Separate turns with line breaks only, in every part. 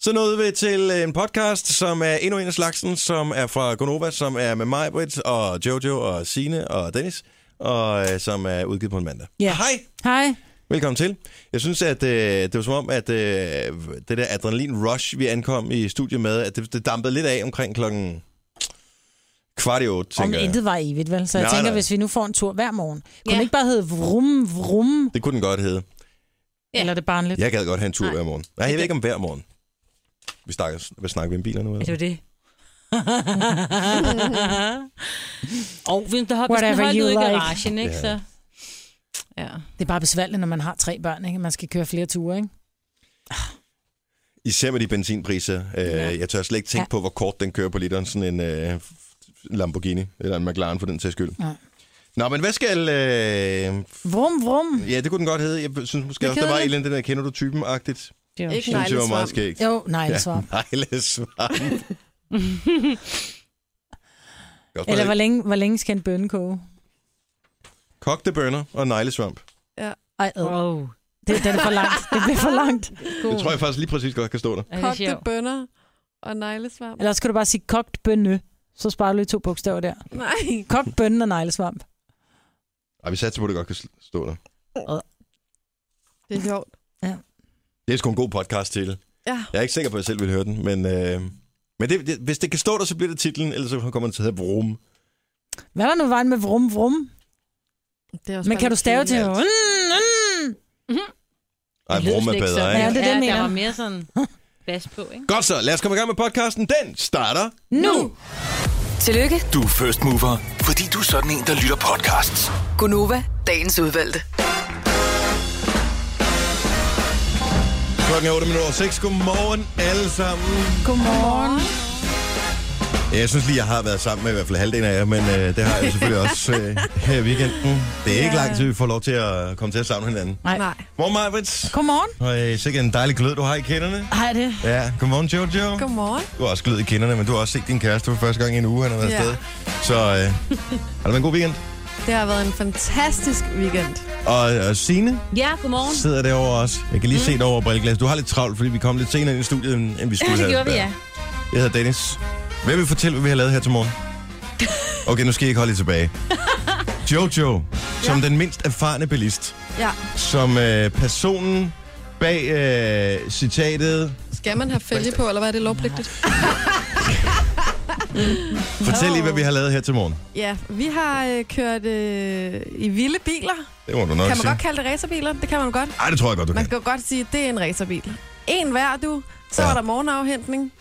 Så nåede vi til øh, en podcast, som er endnu en af slagsen, som er fra Gonova, som er med mig, Britt, og Jojo, og Sine og Dennis, og øh, som er udgivet på en mandag.
Ja.
Hej!
Hej.
Velkommen til. Jeg synes, at øh, det var som om, at øh, det der adrenalin-rush, vi ankom i studiet med, at det, det dampede lidt af omkring klokken kvart i otte,
Om
tænker jeg.
intet var evigt, vel? Så jeg
Nej,
tænker,
nej.
hvis vi nu får en tur hver morgen, kunne
Ja.
den ikke bare hedde vrum, vrum,
Det kunne den godt hedde.
Ja.
eller er det bare en lidt?
Jeg gad godt have en tur
Nej.
hver morgen. Nej, jeg ved ikke om hver morgen. Vi snakker, hvad snakker vi om biler nu?
Er det
Eller?
jo det? og hvis der hopper sådan
Whatever
holdt
you
ud i
like.
garagen, ikke?
Ja.
Så. Ja.
Det er bare besværligt, når man har tre børn, ikke? Man skal køre flere ture, ikke?
Især med de benzinpriser. Øh,
Ja.
Jeg tør slet ikke tænke
Ja.
på, hvor kort den kører på literen. Sådan en øh, Lamborghini eller en McLaren for den sags skyld.
Nej.
Nå, men hvad skal... Øh,
Vrum, vrum.
ja, det kunne den godt hedde. Jeg synes måske
Det
også, der var et
kedeligt.
eller andet, den der kender du typen-agtigt.
Det var
Ikke
Det synes jeg var meget
Neglesvamp.
skægt.
Jo, nej, det var.
Neglesvamp. Godt,
Eller
Eller
hvor længe, hvor længe skal en bønne koge?
Kogte bønner og neglesvamp.
Ej, ad.
Wow.
Det, det er for langt. Det bliver for langt.
Det tror jeg faktisk lige præcis godt kan stå der.
Er det
Kogte
sjovt?
bønner og neglesvamp.
Eller skal du bare sige kogt bønne. Så sparer du lige to bogstaver der.
Nej.
Kogt bønne og neglesvamp.
Ej, vi satser på, at det godt kan sl- stå der.
Det er sjovt.
Det er sgu en god podcast til.
Ja.
Jeg er ikke sikker på, at jeg selv vil høre den, men, øh, men det, det, hvis det kan stå der, så bliver det titlen, eller så kommer den til at hedde Vrum.
Hvad er der nu vejen med vrum, vrum?
Det er også
Men
bare
kan du
lidt
stave til?
kedeligt.
Mm, mm.
Ej,
lyder
Vrum er
slet ikke
bedre,
sådan.
ikke?
Ja, det er det,
der
jeg mener.
var mere sådan bas på, ikke?
Godt så, lad os komme i gang med podcasten. Den starter
Nu!
Tillykke,
Du er first mover, fordi du er sådan en, der lytter podcasts.
Gunova, dagens udvalgte.
klokken 8 minutter 6. Godmorgen alle sammen.
Godmorgen.
Jeg synes lige, jeg har været sammen med i hvert fald halvdelen af jer, men øh, det har jeg selvfølgelig også øh, her i weekenden. Det er ikke lang tid, vi får lov til at komme til at savne hinanden.
Nej.
Godmorgen, Majbrits.
Godmorgen.
Og øh, sikkert en dejlig glød, du har i kinderne.
Hej det.
Ja, godmorgen, Jojo.
Godmorgen.
Du har også glød i kinderne, men du har også set din kæreste for første gang i en uge, han har været
Ja.
afsted. Så øh, har det været en god weekend.
Det har været en fantastisk weekend.
Og, og Signe
Ja, godmorgen.
sidder derovre også. Jeg kan lige mm. se dig over brilleglas. Du har lidt travlt, fordi vi kom lidt senere ind i studiet, end end vi skulle
Det
have
gjorde vi, ja.
været. Jeg hedder Dennis. Hvem vil fortælle, hvad vi har lavet her til morgen? Okay, nu skal I ikke holde jer tilbage. Jojo, som ja. den mindst erfarne bilist,
Ja.
som øh, personen bag øh, citatet,
Skal man have fælge på, eller hvad er det lovpligtigt?
fortæl lige, hvad vi har lavet her til morgen.
Ja, vi har øh, kørt øh, i vilde biler.
Det må du nok
Kan man
sige.
godt kalde det racerbiler? Det kan man godt.
Ej, det tror jeg godt, du
Man
kan.
kan jo godt sige, at det er en racerbil. En hver, du. Så
Ja.
var der morgenafhentning.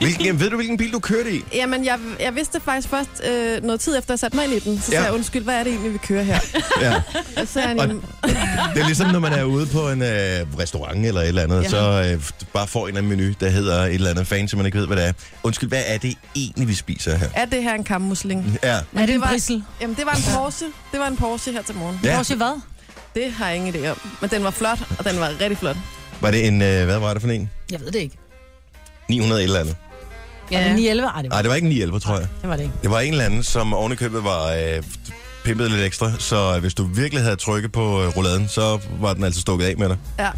Hvilken, ved du, hvilken bil du kørte i?
Jamen, jeg, jeg vidste det faktisk først øh, noget tid efter, jeg satte mig ind i den. Så sagde
Ja.
jeg, undskyld, hvad er det egentlig, vi kører her?
Ja.
Og så er han,
Og-
"Jamen,
Det er ligesom, når man er ude på en øh, restaurant eller et eller andet, ja.
Ja.
så øh, f- bare får en eller anden menu, der hedder et eller andet fancy, man ikke ved, hvad det er. Undskyld, hvad er det egentlig, vi spiser her?
er det her en kammusling?
Ja,
Er det en
var-
brissel?
Jamen, det var en Porsche. Det var en Porsche her til morgen.
ja.
Porsche hvad?
Det har jeg ingen idé om. Men den var flot, og den var rigtig flot.
Var det en, øh, hvad var det for en?
Jeg ved det ikke.
900 et eller andet.
Ja.
Ja.
Er det 911? Ej, det var,
Nej, det var ikke en 911, tror jeg.
det var det ikke.
Det var en eller anden, som ovenikøbet var øh, pimpet lidt ekstra, så øh, hvis du virkelig havde trykket på øh, rouladen, så var den altså stukket af med dig.
Ja.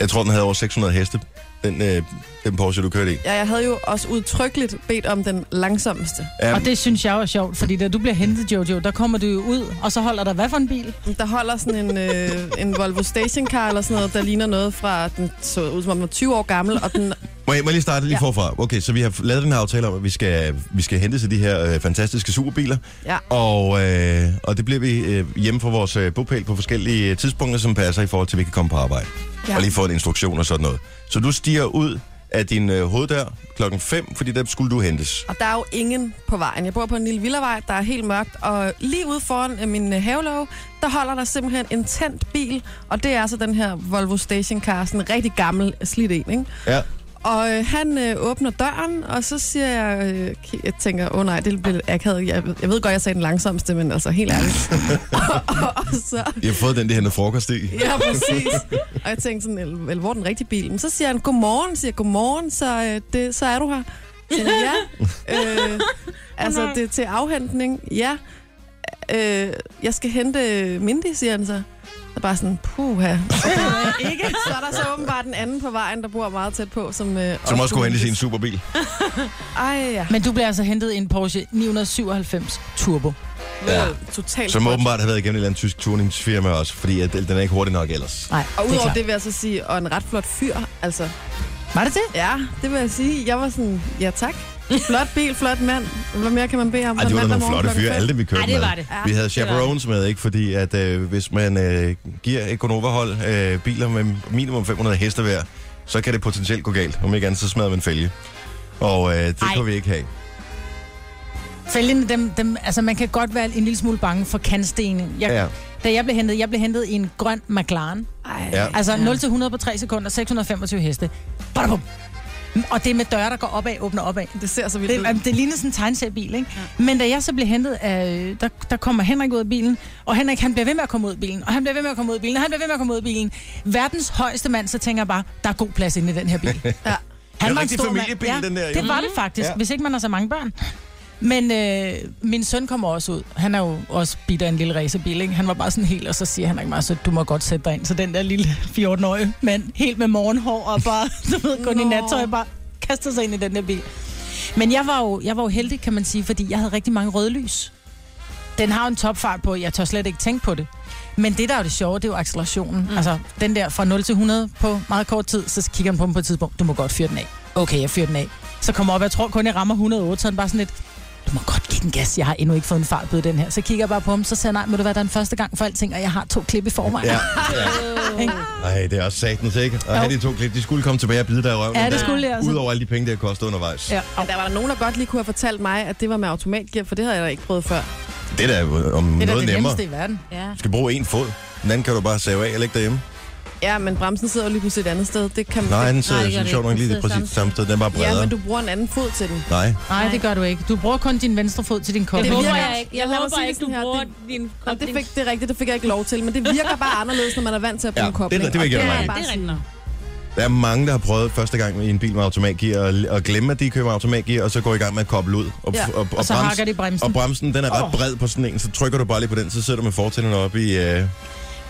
Jeg tror, den havde over 600 heste, den, øh, den Porsche, du kørte i.
Ja, jeg havde jo også udtrykkeligt bedt om den langsommeste.
Ja,
Og det synes jeg var sjovt, fordi da du bliver hentet, Jojo, der kommer du jo ud, og så holder der hvad for en bil?
Der holder sådan en, øh, en Volvo stationcar eller sådan noget, der ligner noget fra, den så ud som om den var 20 år gammel, og den,
Må jeg, må jeg lige starte lige
Ja.
forfra? Okay, så vi har lavet den her aftale om, at vi skal, vi skal hente til de her øh, fantastiske superbiler.
Ja.
Og, øh, og det bliver vi øh, hjemme fra vores øh, bopæl på forskellige øh, tidspunkter, som passer i forhold til, at vi kan komme på arbejde.
Ja.
Og lige få en instruktion og sådan noget. Så du stiger ud af din øh, hoveddør klokken 5, fordi der skulle du hentes.
og der er jo ingen på vejen. Jeg bor på en lille villavej, der er helt mørkt, og lige ude foran øh, min øh, havelov, der holder der simpelthen en tændt bil, og det er altså den her Volvo stationcar, sådan en rigtig gammel, slidt en, ikke?
Ja.
Og øh, han øh, åbner døren, og så siger jeg, øh, k- jeg tænker, åh oh, nej, det bliver lidt akavet. Jeg, ved- jeg ved godt, jeg sagde den langsomste, men altså helt ærligt. og, og, og så,
Jeg har fået den der hentede frokost i.
ja præcis. Og jeg tænkte sådan, "El- vel, hvor er den rigtige bil? Men så siger han, godmorgen, siger jeg, godmorgen, så, øh, det, så er du her. Så siger jeg, ja. Øh, altså, det er til afhentning, ja. Øh, jeg skal hente Mindy, øh, siger han så. Så bare sådan, puha. Så der er ikke. Så er der så åbenbart en anden på vejen, der bor meget tæt på, som... Øh,
Som også kunne hente sin superbil.
Ej, ja.
Men du bliver altså hentet i en Porsche 997 Turbo.
Ja.
Totalt
Som
flot.
åbenbart har været igennem et eller andet tysk tuningsfirma også, fordi at den er ikke hurtig nok ellers.
Nej, det er
Og udover
klart.
det vil jeg så sige, og en ret flot fyr, altså.
Var det det?
Ja, det vil jeg sige. Jeg var sådan, ja tak. Flot bil, flot mand. Hvad mere kan man bede om?
Ej,
på
det
en
var da
mandag
nogle
morgen
flotte
klokken
fyre,
fem?
alle dem, vi kørte
Ej, det
med.
var det.
Vi havde chaperones med, ikke? Fordi at øh, hvis man øh, giver et Gonova hold øh, biler med minimum 500 heste hver, så kan det potentielt gå galt. Om ikke andet, så smadrer man fælge. Og øh, det
Ej.
kunne vi ikke have.
Fælgene, dem, dem, altså man kan godt være en lille smule bange for kantstenen. Jeg,
Ja.
ja. Da jeg blev hentet, jeg blev hentet i en grøn McLaren.
Ej,
Ja.
Altså 0-100 på 3 sekunder, 625 heste. Badabum. Og det er med døre, der går opad, åbner opad.
det ser så vildt
Det,
ud.
jamen, det ligner sådan en tegneseriebil, ikke? Ja. Men da jeg så blev hentet, af, der, der kommer Henrik ud af bilen, og Henrik han bliver ved med at komme ud af bilen, og han bliver ved med at komme ud af bilen, og han bliver ved med at komme ud af bilen. Verdens højeste mand, så tænker jeg bare, der er god plads inde i den her bil.
Ja.
Det er
Han
en
var en
rigtig
stor mand.
familiebil, den der, jo.
Det var det faktisk,
Ja.
ja. hvis ikke man har så mange børn. Men øh, min søn kommer også ud. Han er jo også bidt af en lille racerbil, ikke? Han var bare sådan helt, og så siger han ikke meget, så du må godt sætte dig ind. Så den der lille 14-årige mand, helt med morgenhår og bare, du ved, kun i
Nå.
nattøj, bare kaster sig ind i den der bil. Men jeg var, jo, jeg var jo heldig, kan man sige, fordi jeg havde rigtig mange røde lys. Den har jo en topfart på, jeg tør slet ikke tænke på det. Men det, der er jo det sjove, det er jo accelerationen. Mm. Altså, den der fra 0 til 100 på meget kort tid, så kigger han på mig på et tidspunkt, du må godt fyre den af. Okay, jeg fyrer den af. Så kommer jeg op, jeg tror kun, jeg rammer 108, så er han bare sådan lidt, du må godt give den gas, jeg har endnu ikke fået en fartbøde den her. Så kigger jeg bare på ham, så siger jeg, nej, må du være der er en første gang for alting, og jeg har to klip i forvejen.
Ja.
Ja.
Ej, det er også satans, ikke? Og have de to klip, de skulle komme tilbage og bide dig i røven.
Ja, det
der.
skulle jeg altså.
Udover alle de penge, det har kostet undervejs.
Ja.
Men der var der nogen, der godt lige kunne have fortalt mig, at det var med automatgear, for det havde jeg da ikke prøvet før.
Det der er jo øh, om
Det er da
noget nemmere.
det nemmeste i verden.
Ja.
Du skal bruge en fod. Den anden kan du bare save af og lægge derhjemme.
Ja, men bremsen sidder jo lige pludselig et andet sted. Det kan man
Nej, den
Nej,
sidder
det gør
sådan
det
sjovt
ikke.
nok
Den
lige
sidder
præcis samme
samme
sted. Den er bare
Ja,
bredere.
men du bruger en anden fod til den.
Nej.
Nej, det gør du ikke. Du bruger kun din venstre fod til din kop.
Jeg
Det
håber
virker-
jeg ikke. Jeg
Lad mig
håber
sige det
ikke, du
sådan her,
bruger
det-
din
Og det,
kobling.
fik, det er rigtigt, det fik jeg ikke lov til, men det virker bare anderledes, når man er vant til at bruge
Ja, det er-
kobling.
det vil jeg
Og
give dig
kan
ret i.
bare
Det er
sige-
rigtigt nok.
Der er mange, der har prøvet første gang i en bil med automatgear og, og glemme, at de køber automatgear, og så går i gang med at koble ud. Og,
Ja,
og, og,
og så
brems-
hakker de bremsen.
Og bremsen, den er ret bred på sådan en, så trykker du bare lige på den, så sidder du med fortænderne op i... Øh,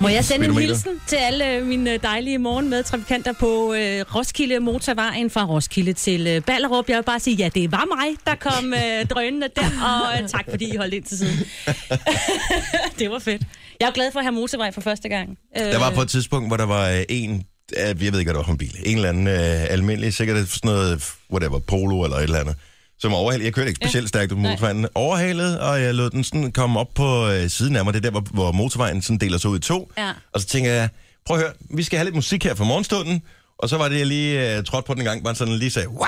Må jeg sende en
Speedometer.
hilsen til alle øh, mine dejlige morgenmedtrafikanter på øh, Roskilde Motorvejen fra Roskilde til øh, Ballerup. Jeg vil bare sige, ja, det var mig, der kom øh, drønende der, og øh, tak fordi I holdt ind til siden. det var fedt. Jeg er glad for at have motorvej for første gang. Øh,
der var på et tidspunkt, hvor der var øh, en... øh, Jeg ved ikke, hvad det var for en bil. En eller anden øh, almindelig, sikkert sådan noget, whatever, polo eller et eller andet, som overhalede. Jeg kørte ikke specielt stærkt på motorvejen. Overhalede, og jeg lod den sådan komme op på øh, siden af mig. Det er der, hvor, hvor motorvejen sådan deler sig ud i to.
Ja.
Og så tænker jeg, prøv at høre, vi skal have lidt musik her for morgenstunden. Og så var det, jeg lige øh, trådte på den en gang, bare sådan lige sagde, Wam!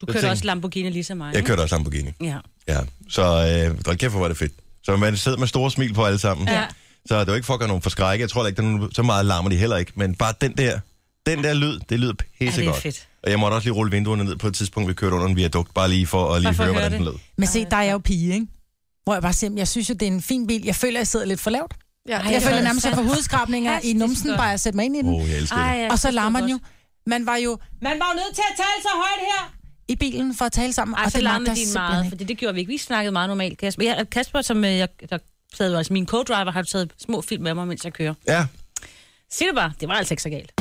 du
tænker-
kørte også Lamborghini ligesom mig.
Jeg
ikke?
kørte også Lamborghini.
Ja.
Ja. Så øh, hold kæft, hvor var det fedt. Så man sidder med store smil på alle sammen.
Ja.
Så det var ikke for at gøre nogen for skrække. Jeg tror da ikke, der er nogen, så meget larmer de heller ikke. Men bare den der, den der lyd, det lyder pissegodt.
Ja, det er fedt.
Og jeg måtte også lige rulle vinduerne ned på et tidspunkt, vi kørte under en viadukt, bare lige for at lige
Bare for
høre,
at
hvordan
høre
den lød.
Men se, der er jeg jo pige, ikke? Hvor jeg bare simpelthen, jeg synes jo, det er en fin bil. Jeg føler, jeg sidder lidt for lavt.
Ja,
Jeg føler nærmest, at jeg får hovedskrabninger i
fantastisk
numsen,
godt.
bare jeg sætter mig ind i den.
Åh, oh, jeg elsker det.
jeg
Og så
forstår
larmer den jo.
godt.
Man var jo man var jo nødt til at tale så højt her i bilen for at tale sammen.
Ej,
og
så
det
larmede
magter jeg
din
simpelthen
meget,
ikke.
for det gjorde vi ikke. Vi snakkede meget normalt, Kasper. Jeg, Kasper, som øh, jeg, der sad jo altså min co-driver, har jo taget små film med mig, mens jeg kører.
Ja,
Sig det bare, det var altså ikke så galt.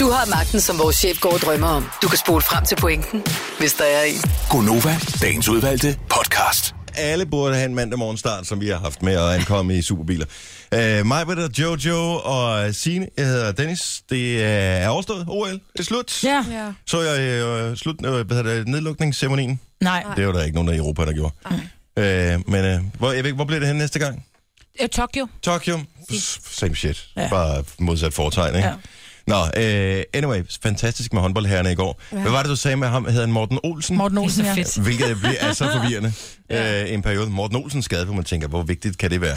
Du har magten, som vores chef går og drømmer om. Du kan spole frem til pointen, hvis der er en.
Gonova, dagens udvalgte podcast.
alle burde have en mandag morgenstart, som vi har haft med at ankomme i superbiler. Øh, mig, Britt og Jojo og Signe. Jeg hedder Dennis. Det er overstået. OL. Det er slut.
Ja.
Ja.
Så jeg øh, slut, øh, hvad hedder det, nedlukningsceremonien.
Nej.
Det var der ikke nogen af Europa, der gjorde. Øh, men øh, hvor, jeg ved, ikke, hvor bliver det hen næste gang?
Øh, Tokyo.
Tokyo? Pff, Same shit. Ja.
Ja.
Bare modsat foretegn, ikke? Ja.
Ja.
Nå, øh, anyway, fantastisk med håndboldherrene i går. Ja. Hvad var det, du sagde med ham? Hedder han Morten Olsen?
Morten Olsen,
Det
ja.
er så fedt.
Hvilket bliver er så forvirrende ja. øh, en periode. Morten Olsen skade, hvor man tænker, hvor vigtigt kan det være?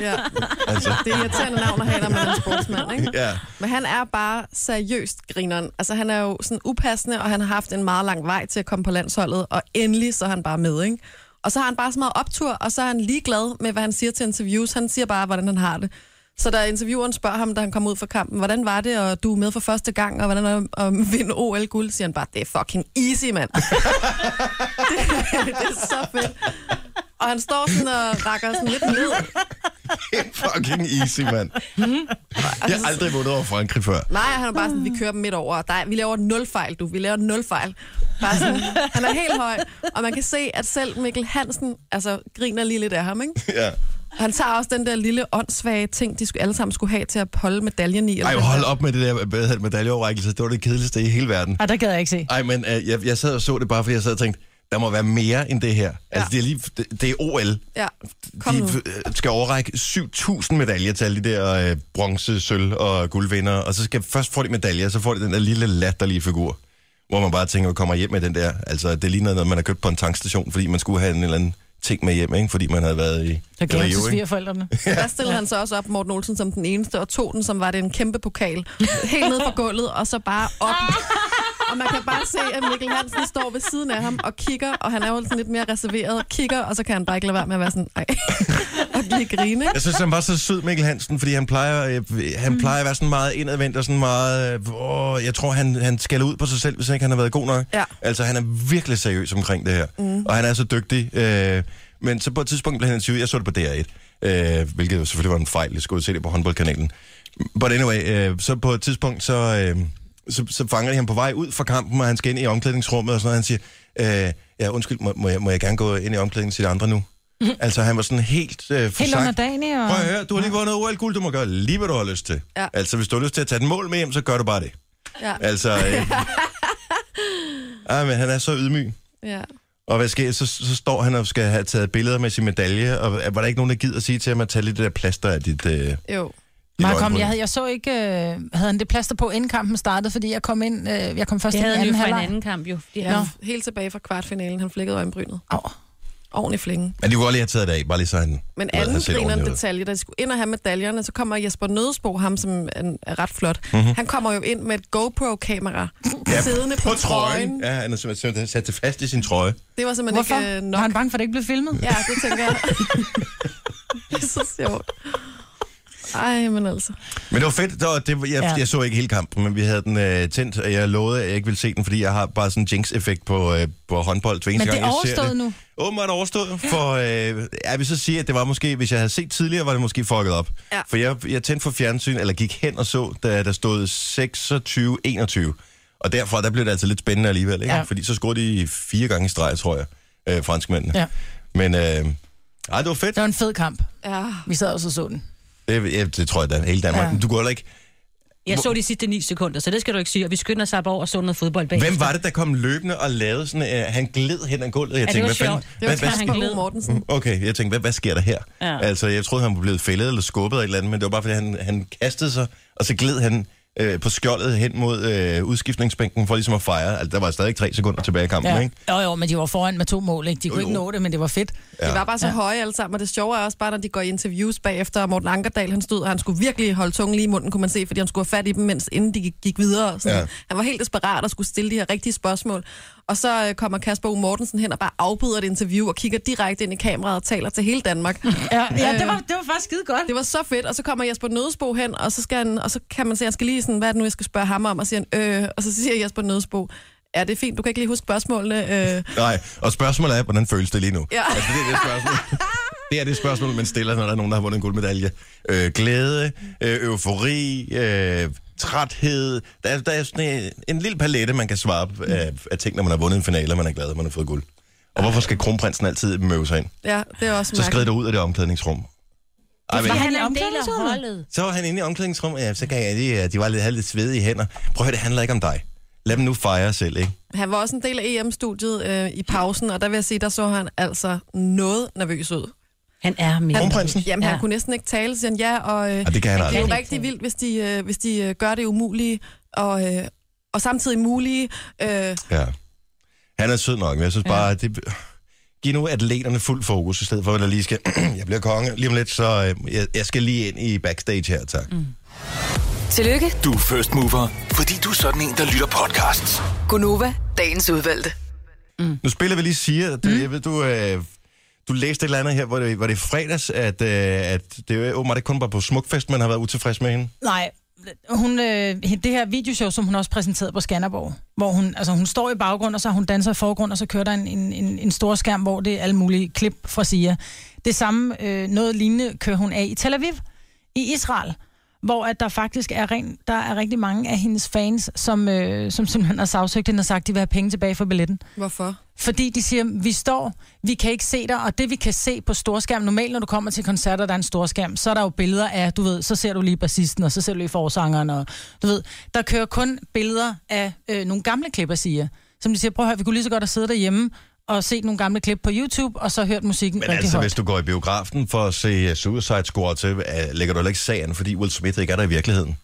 ja.
altså,
Det er irriterende navn at have, når man er en sportsmand, ikke?
ja.
Men han er bare seriøst grineren. Altså, han er jo sådan upassende, og han har haft en meget lang vej til at komme på landsholdet, og endelig så er han bare med, ikke? Og så har han bare så meget optur, og så er han ligeglad med, hvad han siger til interviews. Han siger bare, hvordan han har det. Så da intervieweren spørger ham, da han kom ud fra kampen, hvordan var det, og du er med for første gang, og hvordan er det at vinde OL-guld, siger han bare, det er fucking easy, mand. det, det er så fedt. og han står sådan og rakker sådan lidt ned.
Fucking easy, mand. Jeg har aldrig vundet over Frankrig før.
Nej, han er bare sådan, vi kører dem midt over. Der er, vi laver et nul fejl, du. Vi laver et nul fejl. Bare sådan, han er helt høj, og man kan se, at selv Mikkel Hansen altså, griner lige lidt af ham, ikke?
Ja.
Han tager også den der lille åndssvage ting, de skulle, alle sammen skulle have til at holde medaljen i. eller
Ej,
hvad
hold op med det der hvad hedder det, medaljeoverrækkelse. Det var det kedeligste i hele verden.
Ej, der gad jeg ikke se.
Ej, men øh, jeg, jeg sad og så det bare, fordi jeg sad og tænkte, der må være mere end det her. Ja. Altså, det er, lige, det, det er OL.
Ja, kom nu.
De øh, skal overrække 7.000 medaljer til alle de der øh, bronze, sølv og guldvinder, og så skal først få de medaljer, så får de den der lille latterlige figur, hvor man bare tænker, at kommer hjem med den der. Altså, det ligner noget, man har købt på en tankstation, fordi man skulle have en eller anden ting med hjem, ikke? fordi man havde været i
Så gav jeg til
Rio. Ikke?
svigerforældrene.
Der stillede han så også op, Morten Olsen, som den eneste, og tog den, som var det en kæmpe pokal. Helt ned på gulvet, og så bare op. Og man kan bare se, at Mikkel Hansen står ved siden af ham og kigger, og han er jo sådan lidt mere reserveret, kigger, og så kan han bare ikke lade være med at være sådan, ej, og lige grine. ikke?
Jeg synes, han var så sød, Mikkel Hansen, fordi han plejer, øh, han plejer at være sådan meget indadvendt og sådan meget... Øh, åh, jeg tror, han, han skælder ud på sig selv, hvis ikke han har været god nok.
Ja.
Altså, han er virkelig seriøs omkring det her. Mm. Og han er så dygtig. Øh, men så på et tidspunkt blev han interviewet. Jeg så det på DR1, øh, hvilket jo selvfølgelig var en fejl. Jeg skulle se det på håndboldkanalen. But anyway, øh, så på et tidspunkt, så, øh, så, så fanger de ham på vej ud fra kampen, og han skal ind i omklædningsrummet og sådan noget. Han siger, øh, ja, undskyld, må, må, jeg, må jeg gerne gå ind i omklædningen til de andre nu? altså, han var sådan helt øh,
Helt
forsagt.
under dagen, og...
Prøv at høre, du har lige vundet OL-guld, du må gøre lige, hvad du har lyst til.
Ja.
Altså, hvis du har lyst til at tage et mål med hjem, så gør du bare det.
Ja,
Altså, øh... Ej, men han er så ydmyg.
ja.
Og hvad sker, så, så står han og skal have taget billeder med sin medalje, og var der ikke nogen, der gider at sige til ham at tage lidt det der plaster af dit... Øh, dit
Jo.
Mark, kom,
øjenbryn?
jeg, havde, jeg så ikke, øh, havde han det plaster på, inden kampen startede, fordi jeg kom ind, øh, jeg kom først
Det
ind i
havde han jo
anden
fra en
halvleg.
anden kamp, jo. fordi han-
Ja, helt tilbage fra kvartfinalen, han flækkede øjenbrynet.
Au.
Ordentlig flænge.
Men de kunne godt lige have taget det af, bare lige så han...
Men
han
anden
ser
griner en
ordentlig ud.
detalje, da de skulle ind og have medaljerne, så kommer Jesper Nødesbo, ham som er- er ret flot,
Mhm.
mm-hmm. han kommer jo ind med et GoPro-kamera ja, siddende på, på trøjen. trøjen.
Ja, han er simpelthen sat det fast i sin trøje.
Det var simpelthen
Hvorfor?
ikke øh,
Var
nok.
han bange for, at det ikke blev filmet?
Ja, det tænker jeg. det er så sjovt. Ej, men altså.
Men det var fedt. Det var, det, jeg, ja.
Ja.
jeg så ikke hele kampen, men vi havde den øh, tændt, og jeg lovede, at jeg ikke ville se den, fordi jeg har bare sådan en jinx-effekt på, øh, på håndbold. Hver eneste
Men det
gang,
er
jeg ser
overstået
det.
nu.
Åbenbart overstået, for øh, jeg vil så sige, at det var måske, hvis jeg havde set tidligere, var det måske fucket op.
Ja.
For jeg, jeg tændte for fjernsyn, eller gik hen og så, da der stod 26-21. Og derfra, der blev det altså lidt spændende alligevel, ikke? Ja.
Ja.
Fordi så scorede de fire gange i streg, tror jeg, øh, franskmændene.
Ja.
Men øh, ej, det var fedt.
Det var en fed kamp.
Ja.
Vi sad også og så den.
Det, jeg, det tror jeg, da hele Danmark.
Ja.
Ja. Du kunne heller ikke...
Jeg så de sidste 9 sekunder, så det skal du ikke sige. Og vi skynder os op over og så noget fodbold bag.
Hvem var det, der kom løbende og lavede sådan, øh, han gled hen ad gulvet? Jeg
det
tænkte,
var
hvad fanden,
sjovt. Det
Det var
hvad,
klart,
hvad, Mm,
han
Carsten Bo
gled.
Mortensen.
okay, jeg tænkte, hvad, hvad sker der her? Ja.
Ja.
Altså, jeg troede, han var blevet fældet eller skubbet eller et eller andet, men det var bare, fordi han, han kastede sig, og så gled han øh, på skjoldet hen mod øh, udskiftningsbænken for ligesom at fejre. Altså, der var stadig tre sekunder tilbage i kampen, ja. ikke?
Jo, jo, men de var foran med to mål, ikke? De kunne
Jo,
ikke
jo.
nå det, men det var fedt.
Ja. De var bare så ja. høje alle sammen, og det sjove er også bare, når de går i interviews bagefter, og Morten Ankerdal, han stod, og han skulle virkelig holde tungen lige i munden, kunne man se, fordi han skulle have fat i dem, mens inden de gik- gik videre. Sådan.
Ja.
Ja. Han var helt desperat og skulle stille de her rigtige spørgsmål. Og så øh, kommer Kasper U. Mortensen hen og bare afbryder et interview og kigger direkte ind i kameraet og taler til hele Danmark.
Ja, ja det, var, det var faktisk skide godt.
Det var så fedt, og så kommer Jesper Nødesbo hen, og så, skal han, og så kan man sige, jeg skal lige sådan, hvad er det nu, jeg skal spørge ham om, og, siger han, øh, og så siger Jesper Nødesbo, ja, det er fint, du kan ikke lige huske spørgsmålene. Øh,
Nej, og spørgsmålet er, hvordan føles det lige nu?
Ja.
Altså, det er det spørgsmål. Det er det spørgsmål, man stiller, når der er nogen, der har vundet en guldmedalje. Øh, glæde, øh, eufori, øh, træthed. Der er, der er sådan en, en lille palette, man kan svare på af, af ting, når man har vundet en finale, og man er glad, at man har fået guld. Og hvorfor skal kronprinsen altid møve sig ind?
ja, det er også
Så skred
mærkeligt.
der ud af det omklædningsrum. Ej, men,
Var
Han
han
er en
i
del af
omklædningsrummet?
holdet.
så var han inde i omklædningsrummet, ja, så kan jeg lige, øh, de var lidt, havde lidt svedige hænder. Prøv at høre, det handler ikke om dig. Lad dem nu fejre selv, ikke?
Han var også en del af EM-studiet øh, i pausen, og der vil jeg sige, der så han altså noget nervøs ud.
Han er mere.
Kronprinsen?
Jamen, ja. han
Ja.
kunne næsten ikke tale, siger han, ja, og øh,
Og det kan han
det er
aldrig.
jo rigtig vildt, hvis de, øh, hvis de øh, gør det umulige, og, øh, og samtidig mulige. Øh,
Ja. Han er sød nok, men jeg synes bare, ja. det... Giv nu atleterne fuld fokus, i stedet for, at der lige skal... jeg bliver konge lige om lidt, så øh, jeg, jeg skal lige ind i backstage her, tak. Mm.
Tillykke,
Du er first mover, fordi du er sådan en, der lytter podcasts.
Gunova, dagens udvalgte.
Nu spiller vi lige siger, at det, jeg ved, du, øh, du læste et eller andet her, hvor det, hvor det er fredags, at, øh, at det er åbenbart ikke kun bare på Smukfest, man har været utilfreds med hende.
Nej, hun, øh, det her videoshow, som hun også præsenterede på Skanderborg, hvor hun, altså, hun står i baggrund, og så hun danser i forgrund, og så kører der en, en, en, en stor skærm, hvor det er alle mulige klip fra Sia. Det samme, øh, noget lignende, kører hun af i Tel Aviv, i Israel, hvor at der faktisk er, ren, der er rigtig mange af hendes fans, som, øh, som simpelthen har sagsøgt hende og sagt, at de vil have penge tilbage for billetten.
Hvorfor?
Fordi de siger, vi står, vi kan ikke se dig, og det vi kan se på storskærm, normalt når du kommer til koncerter, der er en storskærm, så er der jo billeder af, du ved, så ser du lige bassisten, og så ser du lige forsangeren, og du ved, der kører kun billeder af øh, nogle gamle klipper, siger. Som de siger, prøv at høre, vi kunne lige så godt have siddet derhjemme og set nogle gamle klip på YouTube, og så hørt musikken
Men
rigtig
altså,
højt.
hvis du går i biografen for at se øh, Suicide Squad, så øh, lægger du heller ikke sagen, fordi Will Smith ikke er der i virkeligheden.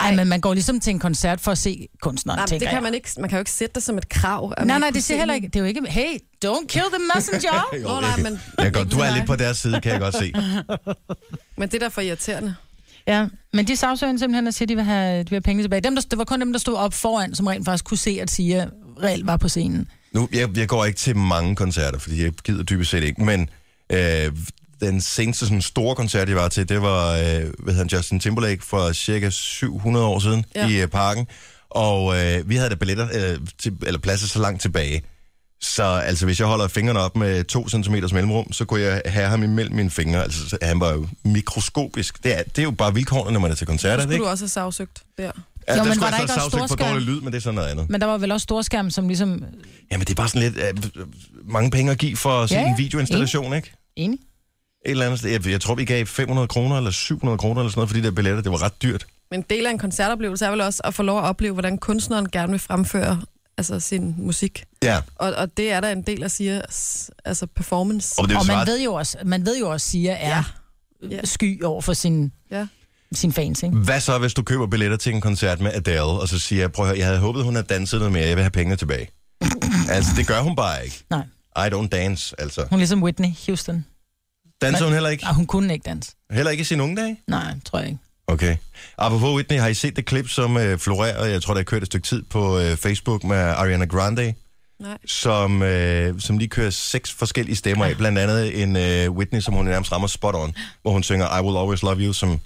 Ej, men man går ligesom til en koncert for at se kunstneren,
Nej, men
tænker
det
jeg.
kan man ikke. Man kan jo ikke sætte det som et krav. at
Nej,
man
nej,
kunne
det siger
se
heller
den.
ikke. Det er jo ikke, hey, don't kill the messenger.
Nå, nej, men,
Jeg godt, du
ikke
er
med
lidt på
dig.
deres side, kan jeg godt se.
Men det er da for irriterende.
ja, men de sagsøger hende simpelthen og siger, at de vil have, de vil have penge tilbage. Dem, der, det var kun dem, der stod op foran, som rent faktisk kunne se, at Sia reelt var på scenen.
Nu, jeg, jeg går ikke til mange koncerter, fordi jeg gider dybest set ikke, men øh, den seneste sådan, store koncert, jeg var til, det var øh, hvad hedder han, Justin Timberlake for cirka 700 år siden ja.
Ja.
i øh, parken, og øh, vi havde da billetter, øh, til, eller pladser så langt tilbage, så altså, hvis jeg holder fingrene op med 2 cm mellemrum, så kunne jeg have ham imellem mine fingre. Altså, så- han var jo mikroskopisk. Det er, det er jo bare vilkårene, når man er til koncerter,
Skulle
ikke?
du også have sagsøgt der?
Ja,
Jo,
der
men
skulle
var
jeg
der
så
ikke også
sagsøge på
storskærm?
dårlig lyd, men det er sådan noget andet.
Men der var vel også storskærm, som ligesom...
Jamen, det er bare sådan lidt øh, mange penge at give for at se
Ja, ja.
en videoinstallation, ikke?
Enig?
Et eller andet sted. Jeg, jeg tror, vi gav 500 kroner eller 700 kroner eller sådan noget for de der billetter. Det var ret dyrt.
Men en del af en koncertoplevelse er vel også at få lov at opleve, hvordan kunstneren gerne vil fremføre altså, sin musik.
Ja.
Og, og det er der en del af Sias altså, performance.
Og det er
Og man
svært.
ved jo også, man ved jo også, Sia er
Ja.
sky over for sin,
Ja.
sin fans, ikke?
Hvad så, hvis du køber billetter til en koncert med Adele, og så siger jeg, prøv at høre, jeg havde håbet, hun havde danset noget mere, jeg vil have pengene tilbage. altså, det gør hun bare ikke.
Nej,
I don't dance, altså.
hun er ligesom Whitney Houston.
Danser
Men-
hun heller ikke?
Ah, hun kunne ikke danse.
Heller ikke i sine unge dage?
Nej, tror jeg ikke.
Okay. Apropos Whitney, har I set det klip, som øh, florerede, jeg tror, der kørte et stykke tid på øh, Facebook med Ariana Grande,
Nej.
som, øh, som lige kører seks forskellige stemmer af, blandt andet en øh, Whitney, som hun nærmest rammer spot on, hvor hun synger I Will Always Love You, som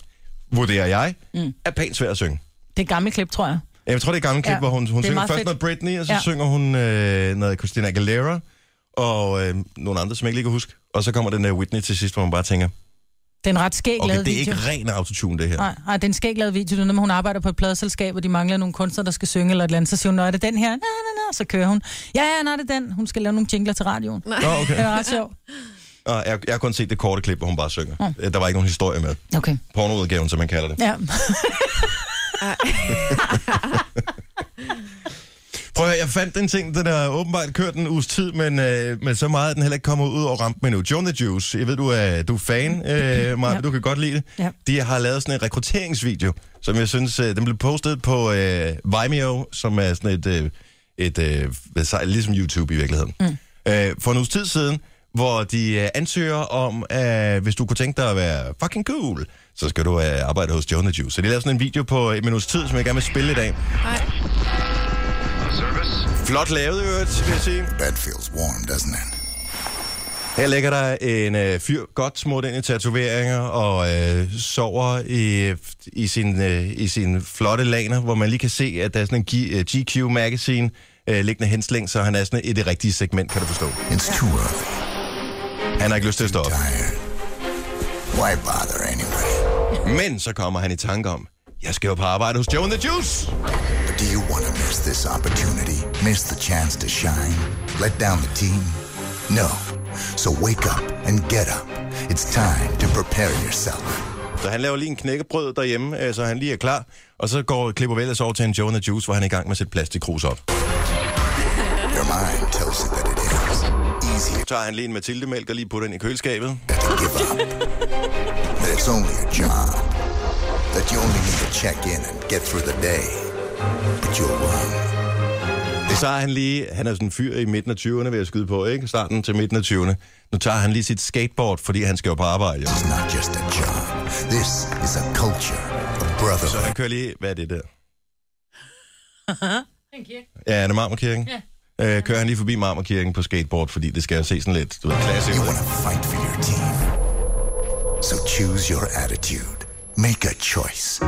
vurderer jeg, mm. er pænt svær at synge.
Det er et gammelt klip, tror jeg.
Jeg tror, det er et gammelt klip,
Ja,
ja, hvor hun, hun
det er
synger
meget
først
fedt.
noget Britney, og så ja.
Ja.
synger hun øh, noget Christina Aguilera, og øh, nogle andre, som jeg ikke lige kan huske. Og så kommer den der Whitney til sidst, hvor man bare tænker,
Det er en ret skæg
okay,
lavet
det er
video.
ikke ren autotune, det her.
Nej, nej, den skal ikke lave video. Det er noget med, hun arbejder på et pladeselskab, og de mangler nogle kunstnere, der skal synge eller et eller andet. Så siger hun, nå, er det den her? Nej, nej, nej. Så kører hun. Ja, ja, nej, det er den. Hun skal lave nogle jingler til radioen. Nej.
Nå, okay.
Det er ret sjovt.
Og jeg, jeg har kun set det korte klip, hvor hun bare synger. Mm. Der var ikke nogen historie med.
Okay.
Pornoudgaven, som man kalder det.
Ja.
Prøv at høre, jeg fandt den ting, den har åbenbart kørt en uges tid, men, øh, men så meget er den heller ikke kommet ud og ramt med nu. John the Juice, jeg ved, du er, du er fan, øh, Maja,
Ja.
du kan godt lide det.
Ja.
De har lavet sådan en rekrutteringsvideo, som jeg synes, øh, den blev postet på øh, Vimeo, som er sådan et, øh, et øh, hvad sej- ligesom YouTube i virkeligheden. Mm. Øh, for en uges tid siden, hvor de øh, ansøger om, at hvis du kunne tænke dig at være fucking cool, så skal du øh, arbejde hos John the Juice. Så de lavede sådan en video på øh, en minuts tid, som jeg gerne vil spille i dag.
Nej.
Flot lavet, i øvrigt, vil jeg sige.
Bed feels warm, doesn't it?
Her ligger der en øh, fyr godt smurt ind i tatoveringer og øh, sover i, i, sin, øh, i sin flotte laner, hvor man lige kan se, at der er sådan en G, øh, GQ Magazine øh, liggende henslængt, så han er sådan i det rigtige segment, kan du forstå.
It's too early,
Han har ikke lyst til at stå op.
tired. Why bother anyway?
Men så kommer han i tanke om, jeg skal jo på arbejde hos Joe and the Juice.
But do you want to miss this opportunity? Miss the chance to shine? Let down the team? No. So wake up and get up. It's time to prepare yourself.
Så han laver lige en knækkebrød derhjemme, øh, så han lige er klar. Og så går klipper Vellers over til en Joe and the Juice, hvor han er i gang med at sætte plastikkrus op.
Your mind tells you that it is easier
Så tager han lige en Mathilde-mælk og lige putter den i køleskabet.
to give up. That it's only a job. That you only need to check in and get through the day. But you'll run.
Så er han lige, han er sådan en fyr i midten af 20'erne, vil jeg skyde på, ikke? Starten til midten af 20'erne. Nu tager han lige sit skateboard, fordi han skal jo på arbejde. Jo.
It's not just a job. This is a culture of brotherhood.
Så han kører lige, hvad er det der? Ja, er det Marmorkirken? Ja. Øh, kører han lige forbi Marmorkirken på skateboard, fordi det skal jo se sådan lidt, du ved, klasse
You
ud.
want to fight for your team. So choose your attitude. Make a choice.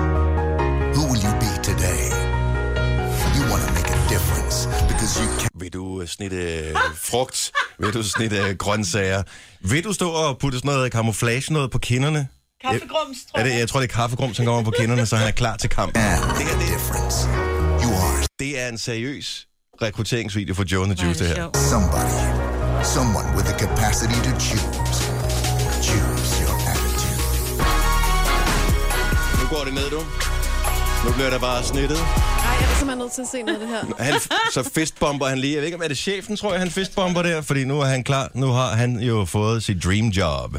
you can.
Vil du øh, snitte øh, frugt? Vil du snitte øh, grøntsager? Vil du stå og putte sådan noget øh, camouflage noget på kinderne? Kaffegrums, tror jeg. Er det, jeg tror, det er kaffegrums, han kommer på kinderne, så han er klar til kampen.
And the difference. You are
Det er en seriøs rekrutteringsvideo for Joe and the
Hvor er
Juice, det her.
sjovt.
somebody. Someone with the capacity to choose. Choose your attitude.
Nu går det ned, du. Nu bliver der bare snittet.
Ej, jeg er simpelthen nødt til at se noget af det her.
Han, så fistbomber han lige. Jeg ved ikke, om er det chefen, tror jeg, han fistbomber der, fordi nu er han klar. Nu har han jo fået sit dream job.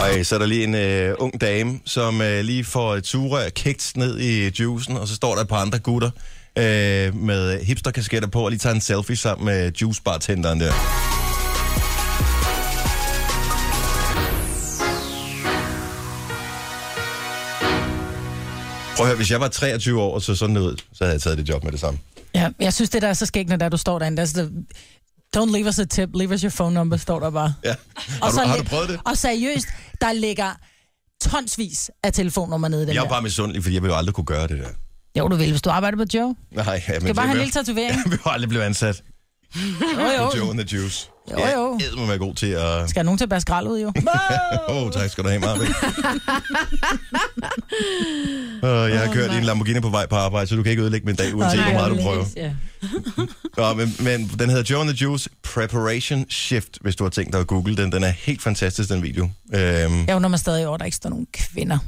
Ej, så er der lige en øh, ung dame, som øh, lige får et sugerør kægt ned i juicen, og så står der et par andre gutter øh, med hipsterkasketter på, og lige tager en selfie sammen med juicebartenderen der. Prøv at høre, hvis jeg var 23 år og så sådan noget ud, så havde jeg taget det job med det samme.
Ja, jeg synes, det der er så skægt, når der, du står derinde. Der, er sådan, don't leave us a tip, leave us your phone number, står der bare.
Ja. Har, du,
så
har
læ-
du prøvet det?
Og seriøst, der ligger tonsvis af telefonnummer nede i den
Jeg er
der.
bare misundelig, fordi jeg ville jo aldrig kunne gøre det der.
Jo, du vil, hvis du arbejder på Joe.
Nej, ja, men
Skal bare have en
vil-
lille tatovering.
Jeg vil jo aldrig blive ansat.
Jo, jo.
Joe and the Juice.
Jo, jo.
Jeg må være god til at...
Skal nogen til at bære skrald ud, jo?
Åh, oh, tak skal du have, Marvin. uh, jeg har kørt i en Lamborghini på vej på arbejde, så du kan ikke ødelægge min dag, uanset hvor meget du prøver.
Ja.
Nå, men, men den hedder Joe and the Juice Preparation Shift, hvis du har tænkt dig at google den. Den er helt fantastisk, den video. Øhm,
Jeg undrer mig stadig over, at der ikke står nogen kvinder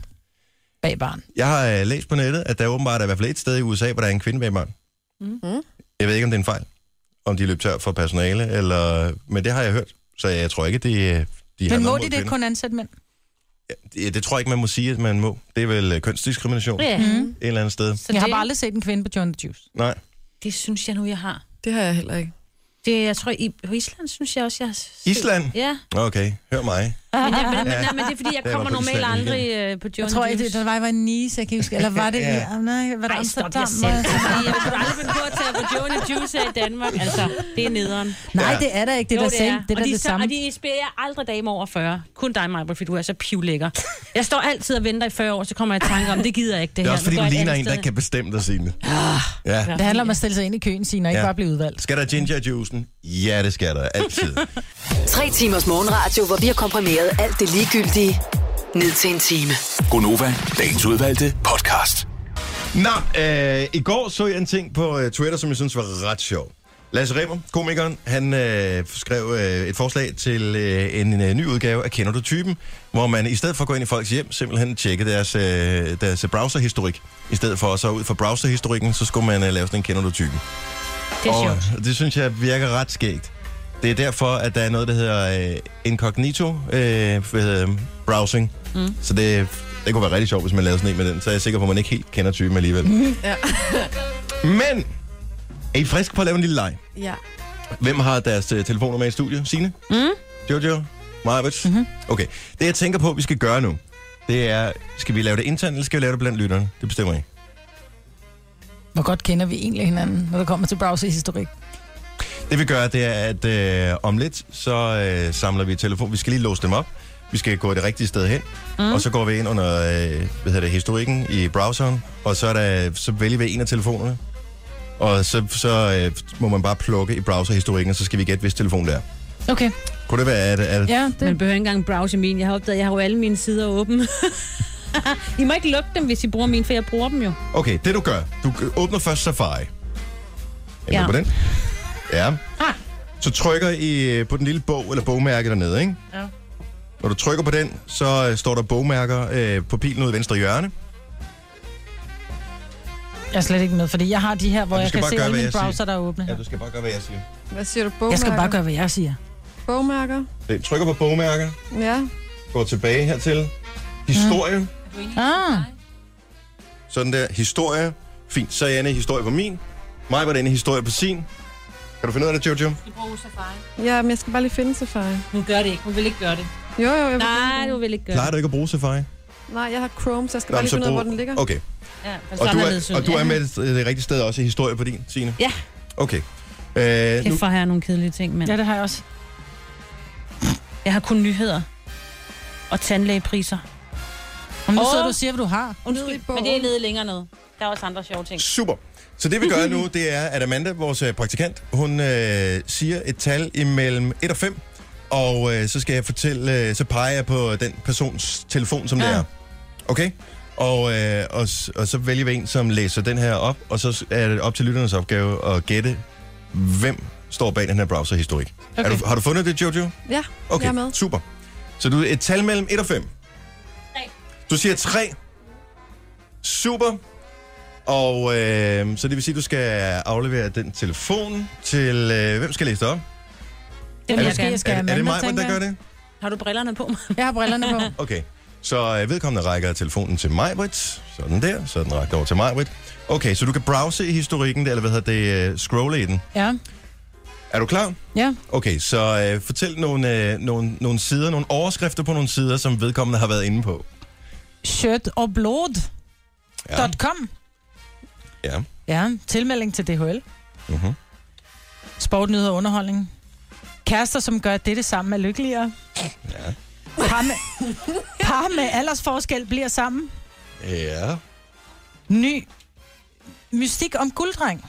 bag barn.
jeg har øh, læst på nettet, at der åbenbart er i hvert fald et sted i USA, hvor der er en kvinde bag barn. Mm. Jeg ved ikke, om det er en fejl. Om de løb tør for personale, eller... Men det har jeg hørt, så jeg tror ikke, det øh, de har
Men må
noget
de
mod
det
kvinder.
kun ansætte mænd?
Ja, det tror jeg ikke, man må sige, at man må. Det er vel øh, kønsdiskrimination ja.
Ja. Mm.
et eller andet sted.
Så
Jeg har
det,
bare aldrig set en kvinde på John the Juice.
Nej.
det synes jeg nu, jeg har.
Det har jeg heller ikke.
Det, jeg tror, i, på Island synes jeg også, jeg har... set-
Island?
Ja,
Okay, hør mig.
men, ja, men, men, nej, men det er fordi, jeg
Ja, jeg var på
kommer normalt
Island
aldrig øh, på Joe
Jeg tror, at det, der var, jeg var i Nice, jeg kan ikke huske. Eller var det
Ja.
ja. i... Oh, nej, var det
Nej, stop jer
Amsterdam?
selv. Altså, Jeg kunne aldrig finde på at tage på Joe and the Juice her i Danmark. Altså, det er nederen.
Nej,
Ja.
det er der ikke. Det er
Jo,
der same.
er.
Det er
og
da
de,
det
så-
samme.
Og de spiller aldrig damer over 40. Kun dig, Maja, fordi du er så pivlækker. Jeg står altid og venter i 40 år, så kommer jeg i tanke om, det gider jeg ikke det,
Det er
her.
også
Nu
fordi,
går
du
jeg et
ligner
andet
en, der
sted
ikke kan bestemme dig, Signe. Ja.
Det handler om at stille sig ind i køen, Signe, og ikke
Ja.
bare blive udvalgt.
Skal der gingerjuicen? Ja, det skal der. Altid.
Tre timers morgenradio, hvor vi har komprimeret alt det ligegyldige ned til en time.
Gonova, dagens udvalgte podcast.
Nå, øh, i går så jeg en ting på øh, Twitter, som jeg synes var ret sjov. Lasse Remmer, komikeren, han øh, skrev øh, et forslag til øh, en, øh, ny udgave af Kender du typen, hvor man i stedet for at gå ind i folks hjem, simpelthen tjekke deres, øh, deres øh, browserhistorik. I stedet for så ud fra browserhistorikken, så skulle man øh, lave sådan en Kender du typen.
Det er sjovt.
og det synes jeg virker ret skægt. Det er derfor, at der er noget, der hedder øh, incognito øh, hvad hedder, det, browsing. Mm. Så det, det kunne være rigtig sjovt, hvis man lavede sådan en med den. Så er jeg sikker på, at man ikke helt kender typen alligevel. Mm. Ja. Men, er I friske på at lave en lille leg?
Ja.
Hvem har deres øh, telefoner med i studiet? Signe? Mm. Jojo? Marvits? Mm-hmm.
Mhm.
Okay. Det, jeg tænker på, vi skal gøre nu, det er, skal vi lave det internt, eller skal vi lave det blandt lytterne? Det bestemmer I.
Hvor godt kender vi egentlig hinanden, når det kommer til browserhistorik?
Det vi gør, det er, at øh, om lidt, så øh, samler vi telefon. Vi skal lige låse dem op. Vi skal gå det rigtige sted hen. Mm. Og så går vi ind under øh, hvad hedder det, historikken i browseren. Og så, er der, så vælger vi en af telefonerne. Og så, så øh, må man bare plukke i browserhistorikken, og så skal vi gætte, hvis telefon det er.
Okay,
Kunne det være, at... at
ja, det,
Man behøver ikke engang browse min. Jeg har opdaget, at jeg har jo alle mine sider åbne. I må ikke lukke dem, hvis I bruger min, for jeg bruger dem jo.
Okay, det du gør. Du øh, åbner først Safari. Er ja.
Ja.
på den? Ja. Så trykker I øh, på den lille bog, eller bogmærke dernede, ikke? Ja. Når du trykker på den, så øh, står der bogmærker øh, på pilen ude i venstre hjørne.
jeg er slet ikke med, fordi jeg har de her, hvor
Ja, du
jeg
skal
kan
bare
se
gøre,
alle
hvad
mine
jeg
browser, der er åbne.
Ja,
her.
du skal bare gøre, hvad jeg siger.
Hvad siger du? Bogmærker?
Jeg skal bare gøre, hvad jeg siger.
Bogmærker?
Det, Øh, trykker på bogmærker,
Ja.
går tilbage hertil. Historie. Mm.
Ah,
Sådan der, historie. Fint, så er jeg inde i historie på min. Mig var det inde i historie på sin. Kan du finde ud af det, Jojo?
Ja, men jeg skal bare lige finde Safari.
Hun gør det ikke. Hun vil ikke gøre det.
Jo, jo, jeg
Nej, du vil ikke gøre
Plejer du ikke at bruge Safari?
det. Nej, jeg har Chrome, så jeg skal
Nå,
bare
men
lige
så
finde ud af,
brug-
hvor den ligger.
Okay,
det. Ja, men
og
så
du
anderledes
er,
ud.
og du er
Ja.
med det, det rigtige sted også i historie på din, Signe?
Ja.
Okay. Øh, nu,
Kæft for, her er nogle kedelige ting, mand.
ja, det har jeg også.
Jeg har kun nyheder. Og tandlægepriser.
Om nu
Åh.
sidder du og siger, hvad du har.
Ned i
Undskyld,
bogen.
men det er nede længere ned. Der er også andre sjove ting.
Super. Så det vi gør nu, det er, at Amanda, vores øh, praktikant, hun øh, siger et tal imellem 1 og 5, og øh, så skal jeg fortælle, øh, så peger jeg på den persons telefon, som ja. det
Ja.
er. Okay? Og, øh, og, s- og så vælger vi en, som læser den her op, og så s- er det op til lytternes opgave at gætte, hvem står bag den her browserhistorik. Okay. Er du, har du fundet det, Jojo?
Ja,
Okay,
jeg er med.
super. Så du et tal mellem 1 og 5. 3. Du siger 3. Super. Og øh, så det vil sige, at du skal aflevere den telefon til... Øh, hvem skal læse det op?
Det vil
er
jeg
måske,
gerne.
jeg skal
er,
have
er det mig,
tænker
der gør det?
Har du brillerne på mig?
jeg. Jeg har brillerne på.
Okay. Så øh, vedkommende rækker telefonen til Majbrit. Sådan der. Så den rækker over til Majbrit. Okay, så du kan browse i historikken, der, eller hvad hedder det, øh, scrolle i den.
Ja,
Er du klar?
ja.
Okay, så øh, fortæl nogle, øh, nogle, nogle sider, nogle overskrifter på nogle sider, som vedkommende har været inde på.
Shirt og blod.
Ja.
Dot com.
Ja.
Ja, tilmelding til DHL.
Mhm.
Sport, nyheder og underholdning. Kærester, som gør dette sammen, er lykkeligere.
Ja.
Par med, par med aldersforskel bliver sammen.
Ja.
Ny mystik om gulddreng.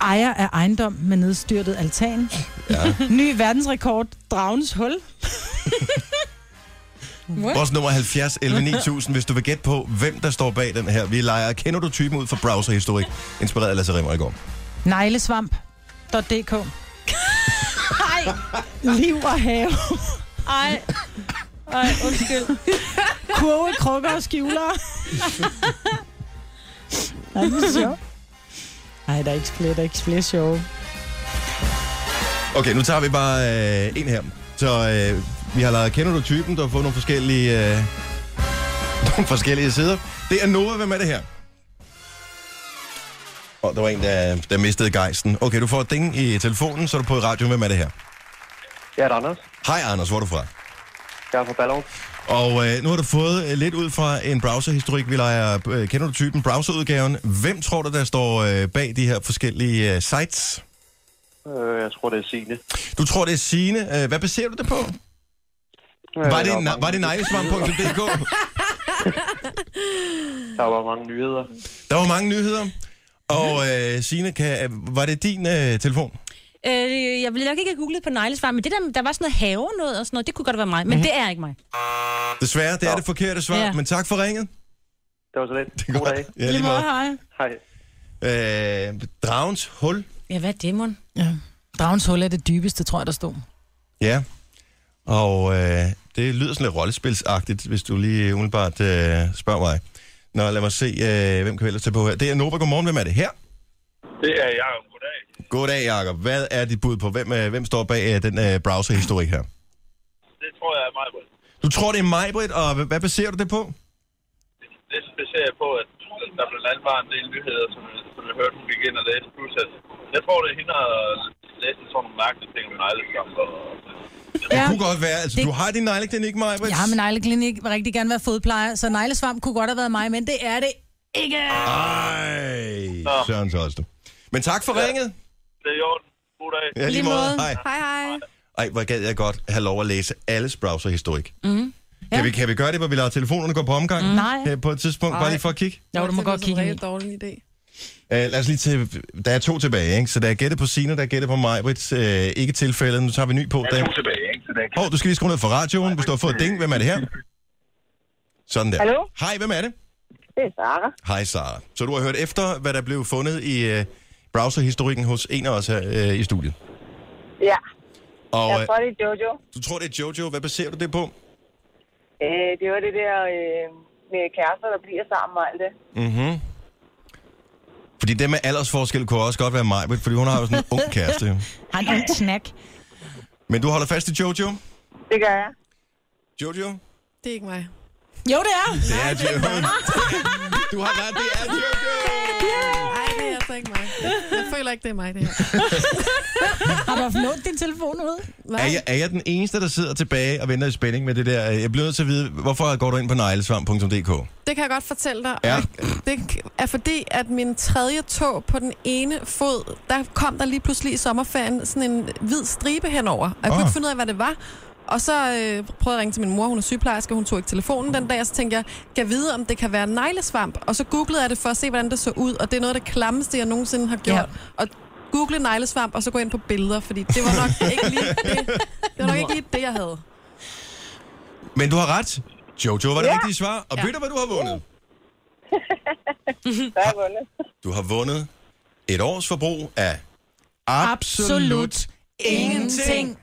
Ejer af ejendom med nedstyrtet altan.
ja.
Ny verdensrekord, dragens hul.
Vores nummer er 70 11 9000, hvis du vil gætte på, hvem der står bag den her. Vi leger Kender du typen ud fra browserhistorik, inspireret af Lasse Rimmer i går.
Neglesvamp.dk Ej, liv og have.
Ej. Ej, undskyld.
Kurve, krukker og skjulere. Ej, det er sjovt. Ej, der er ikke flere, der er ikke flere sjove.
Okay, nu tager vi bare øh, en her. Så øh, vi har leget Kender du typen, der har fået nogle forskellige, øh, nogle forskellige sider. Det er Nova, hvem er det her? Og der var en, der, der mistede gejsten. Okay, du får et ding i telefonen, så er du på i radioen. Hvem er det her?
Jeg er Anders.
Hej Anders, hvor er du fra?
Jeg er fra Ballon.
Og øh, nu har du fået øh, lidt ud fra en browserhistorik. Vi leger, øh, kender du typen, browserudgaven. Hvem tror du, der står øh, bag de her forskellige øh, sites?
Øh, jeg tror, det er Signe.
Du tror, det er Signe. Øh, hvad baserer du det på?
Øh,
Var det,
der
na-
mange-
var det neglesvamp.dk?
Der var mange nyheder.
Der var mange nyheder. Og øh, Signe, kan, øh, var det din øh, telefon?
Øh, jeg ville nok ikke have googlet på neglesvar, men det der, der var sådan noget have noget og sådan noget, det kunne godt være
Mhm.
mig, men det er ikke mig.
Desværre, det er det forkerte svar,
Ja.
men tak for ringet.
Det var så lidt. God dag.
Ja, lige meget.
hej.
Hej.
Øh, dragens hul.
Ja, hvad er det, mon?
Ja. Dragens hul er det dybeste, tror jeg, der stod.
Ja. Og øh, det lyder sådan lidt rollespilsagtigt, hvis du lige umiddelbart øh, spørger mig. Nå, lad mig se, øh, hvem kan vi ellers tage på her. Det er Nova. Godmorgen. Hvem er det her?
Det er Jacob. Goddag.
Goddag, Jacob. Hvad er dit bud på? Hvem, øh, hvem står bag øh, den øh, browserhistorik her?
Det tror jeg er mig, Britt.
Du tror, det er mig, Britt, og h- hvad baserer du det på?
Det baserer jeg på, at der blandt andet var en del nyheder, som, som jeg hørte, hun gik ind og læste. Plus, at jeg tror, det er hende, der læste sådan nogle mærkelige ting med negleskamp. Og...
Ja. Det
Ja.
kunne godt være. Altså, det... Du har din negleklinik, mig, Britt.
Jeg har min negleklinik, vil rigtig gerne være fodplejer, så neglesvamp kunne godt have været mig, men det er det.
Ej, Søren Toste. Men tak for ja. ringet.
Det er i orden. God dag.
Ja, lige måde. Hej.
Hej, hej.
Ej, hvor gad jeg godt have lov at læse alles browserhistorik. Mm. Ja. Kan, vi, kan vi gøre det, hvor vi lader telefonerne gå på omgang? Mm.
Nej.
På et tidspunkt, Ej. bare lige for at kigge.
Jo, du må
Det lyder
godt
som
kigge
en
ind
rigtig dårlig idé.
Uh, lad os lige til... Der er to tilbage, ikke? Så der er gættet på Sina, der er gættet på mig. Uh, ikke tilfældet. Nu tager vi ny på. Der er
tilbage, ikke? Så det er
Åh, oh, du skal lige skrue ned for radioen, hvis du har fået et ding. Hvem er det her? Sådan der.
Hallo?
Hej, hvem er det?
Det er Sara.
Hej, Sara. Så du har hørt efter, hvad der blev fundet i uh, browserhistorikken hos en af os her uh, i studiet.
Ja,
Og
jeg
uh,
tror, det er Jojo.
du tror, det er Jojo. Hvad baserer du det på?
Øh, det var det der øh, med kærester, der bliver sammen og alt det.
Mhm. Fordi det med aldersforskel kunne også godt være mig, fordi hun har jo sådan en ung kæreste.
Har en ung snack.
Men du holder fast i Jojo?
Det gør jeg.
Jojo?
Det er ikke mig.
Jo, det er.
Det er Jojo. Du har ret, det er Jojo.
Nej, det er altså ikke mig. Jeg føler ikke, det er mig, det her.
Har du haft lånt din telefon ud?
Nej.
Er jeg, er jeg den eneste, der sidder tilbage og venter i spænding med det der? Jeg bliver nødt til at vide, hvorfor går du ind på neglesvamp.dk?
Det kan jeg godt fortælle dig.
Ja.
Ja. Det er fordi, at min tredje tog på den ene fod, der kom der lige pludselig i sommerferien sådan en hvid stribe henover. Og jeg kunne
Åh.
ikke finde ud af, hvad det var. Og så øh, prøvede jeg at ringe til min mor, hun er sygeplejerske, hun tog ikke telefonen den dag, og så tænkte jeg, kan vide, om det kan være neglesvamp? Og så googlede jeg det for at se, hvordan det så ud, og det er noget af det klammeste, jeg nogensinde har gjort. Ja. Og google neglesvamp, og så gå ind på billeder, fordi det var nok ikke lige det, det, var nok ikke lige det jeg havde.
Men du har ret. Jojo var det
Ja.
rigtige svar. Og
Ja.
ved du, hvad du har vundet?
Der er vundet.
Du har vundet et års forbrug af
Absolut ingenting.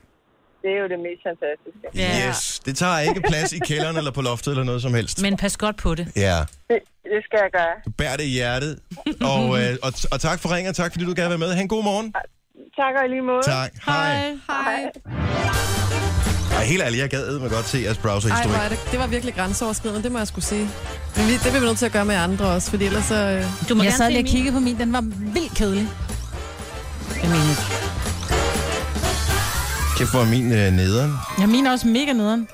Det er jo det mest fantastiske.
Ja.
Yes, det tager ikke plads i kælderen eller på loftet eller noget som helst.
Men pas godt på det.
Ja,
Det, det skal jeg gøre.
du bærer det i hjertet. Og, øh, og, og tak for ringen, og tak fordi du gerne vil være med. Ha' en god morgen.
Tak og i lige måde.
Tak. Hej.
Hej.
Ej, helt ærligt, jeg gad mig godt se jeres
Ej, hvor
browserhistorik.
er det, det var virkelig grænseoverskridende, det må jeg skulle sige. Men vi, det bliver vi nødt til at gøre med andre også, fordi ellers så... Øh,
Du må gerne
Jeg sad
se
lige og
min.
kiggede på min, den var vildt kedelig.
Jeg mener,
Kæft, hvor er min øh, nederen.
Jeg mener også mega nederen.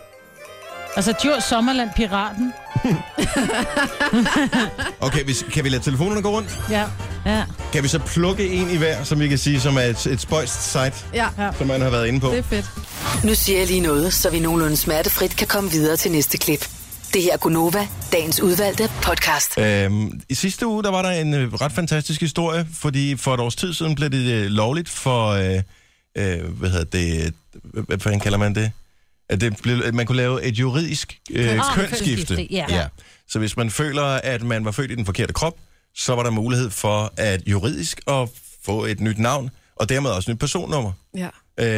Altså, Djurs Sommerland Piraten.
Okay, hvis, kan vi lade telefonerne gå rundt?
Ja.
ja.
Kan vi så plukke en i hver, som vi kan sige, som er et, et spøjst site,
ja,
som man har været inde på?
det er fedt.
Nu siger jeg lige noget, så vi nogenlunde smertefrit kan komme videre til næste klip. Det her er Gunova, dagens udvalgte podcast.
Øhm, I sidste uge, der var der en øh, ret fantastisk historie, fordi for et års tid siden blev det øh, lovligt for, øh, øh, hvad hedder det, øh, hvad fanden kalder man det? At det blev, at man kunne lave et juridisk øh,
Ah,
kønsskifte.
kønsskifte, ja.
Så hvis man føler, at man var født i den forkerte krop, så var der mulighed for at juridisk at få et nyt navn, og dermed også et nyt personnummer,
Ja.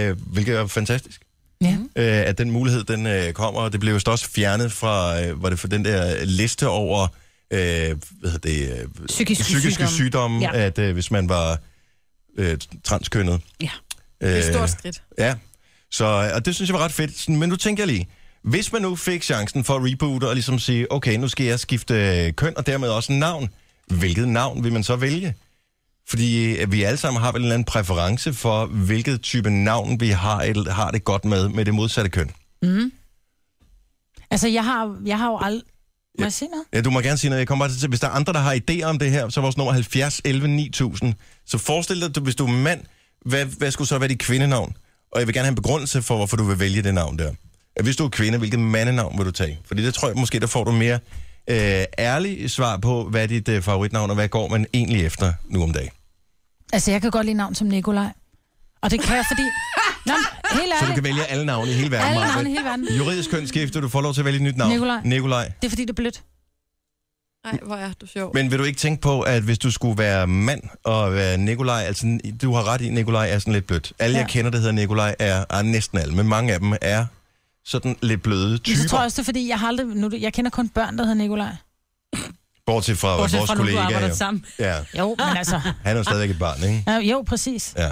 øh, hvilket er fantastisk
Ja.
øh, at den mulighed, den øh, kommer, og det blev jo så også fjernet fra, øh, var det for den der liste over, øh, hvad hedder det, øh,
Psykiske
psykiske
sygdomme.
sygdomme,
Ja.
ja. at øh, hvis man var øh, transkønnet.
Ja.
Øh,
Det er et stort skridt.
Ja, så, øh, og det synes jeg var ret fedt, Sådan, men nu tænker jeg lige, hvis man nu fik chancen for at reboote og ligesom sige, okay, nu skal jeg skifte øh, køn og dermed også navn, hvilket navn vil man så vælge? Fordi øh, vi alle sammen har vel en eller anden præference for, hvilket type navn vi har, et, har det godt med, med det modsatte køn.
Altså, jeg har, jeg har jo aldrig... Må jeg sige noget?
Ja, du må gerne sige noget. Jeg kommer bare til, hvis der er andre, der har idéer om det her, så er vores nummer 70 11 9000. Så forestil dig, du- hvis du er mand, hvad, hvad skulle så være dit kvindenavn? Og jeg vil gerne have en begrundelse for, hvorfor du vil vælge det navn der. Ja, Hvis du er kvinde, hvilket mandenavn vil du tage? Fordi det tror jeg måske, der får du mere øh, ærlig svar på, hvad er dit øh, favoritnavn, og hvad går man egentlig efter nu om dagen.
Altså, jeg kan godt lide navn som Nikolaj. Og det kan jeg, fordi... Nå, men helt
Så du
ærligt,
kan vælge alle navne i hele verden.
Alle
Maja.
navne i hele verden.
Juridisk kønsskifte, du får lov til at vælge et nyt navn.
Nikolaj.
Nikolaj.
det er fordi, det er blødt.
Nej, hvor er du sjov.
Men vil du ikke tænke på, at hvis du skulle være mand og være Nikolaj, altså du har ret i, Nikolaj er sådan lidt blødt. Alle, ja. jeg
Ja.
kender, der hedder Nikolaj, er, er næsten alle, men mange af dem er sådan lidt bløde
Men
typer.
så tror jeg også, det er fordi, jeg, har aldrig, nu, jeg kender kun børn, der hedder Nikolaj.
Bortset fra
Bortset
vores
fra nu, du
kollega.
arbejder
jo.
sammen.
Ja,
Jo, men altså...
han er jo stadigvæk et barn, ikke?
Ja, jo, præcis.
Ja.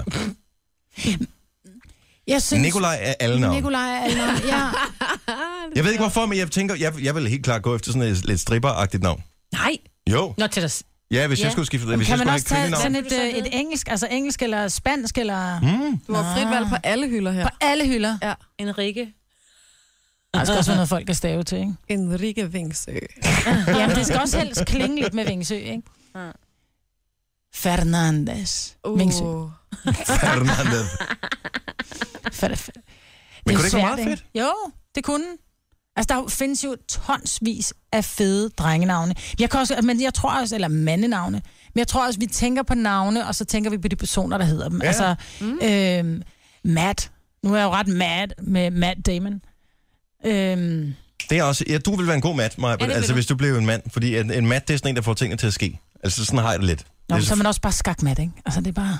Jeg synes...
Nikolaj er alle navn.
Nikolaj er alle navn. Ja.
Jeg ved ikke hvorfor, men jeg tænker, jeg, jeg vil helt klart gå efter sådan et lidt stripperagtigt navn.
Nej.
Jo,
Nå, til dig. s-
ja, hvis ja.
Ja.
jeg skulle skifte det,
Men
hvis
kan
jeg
man
skulle have
også
et
tage
kvindenavn.
sådan et, øh, et engelsk, altså engelsk eller spansk, eller
Mm.
Du har frit valg på alle hylder her.
på alle hylder?
Ja.
Enrique.
Der skal også være noget, folk kan stave til, ikke?
Enrique Vingsø.
Jamen, det skal også helst klinge lidt med Vingsø, ikke? Fernandes. Uh. Vingsø.
Fernandez.
Fer- fer-
Men kunne
er
det ikke være
svært,
meget fedt?
ikke? Jo, det kunne. den. Altså, der findes jo tonsvis af fede drengenavne. Jeg, kan også, men jeg tror også, eller mandenavne, men jeg tror også, vi tænker på navne, og så tænker vi på de personer, der hedder dem. Ja. Altså, mm. Matt. Nu er jeg jo ret mad med Matt Damon. Øhm,
Det er også, ja, du vil være en god mat, Maja,
Ja, det vil
altså
du.
hvis du blev en mand. Fordi en, en mat, det er sådan en, der får tingene til at ske. Altså sådan har jeg det lidt.
nå, men
Det er
så er man også bare skakmat, ikke? Altså, det er bare...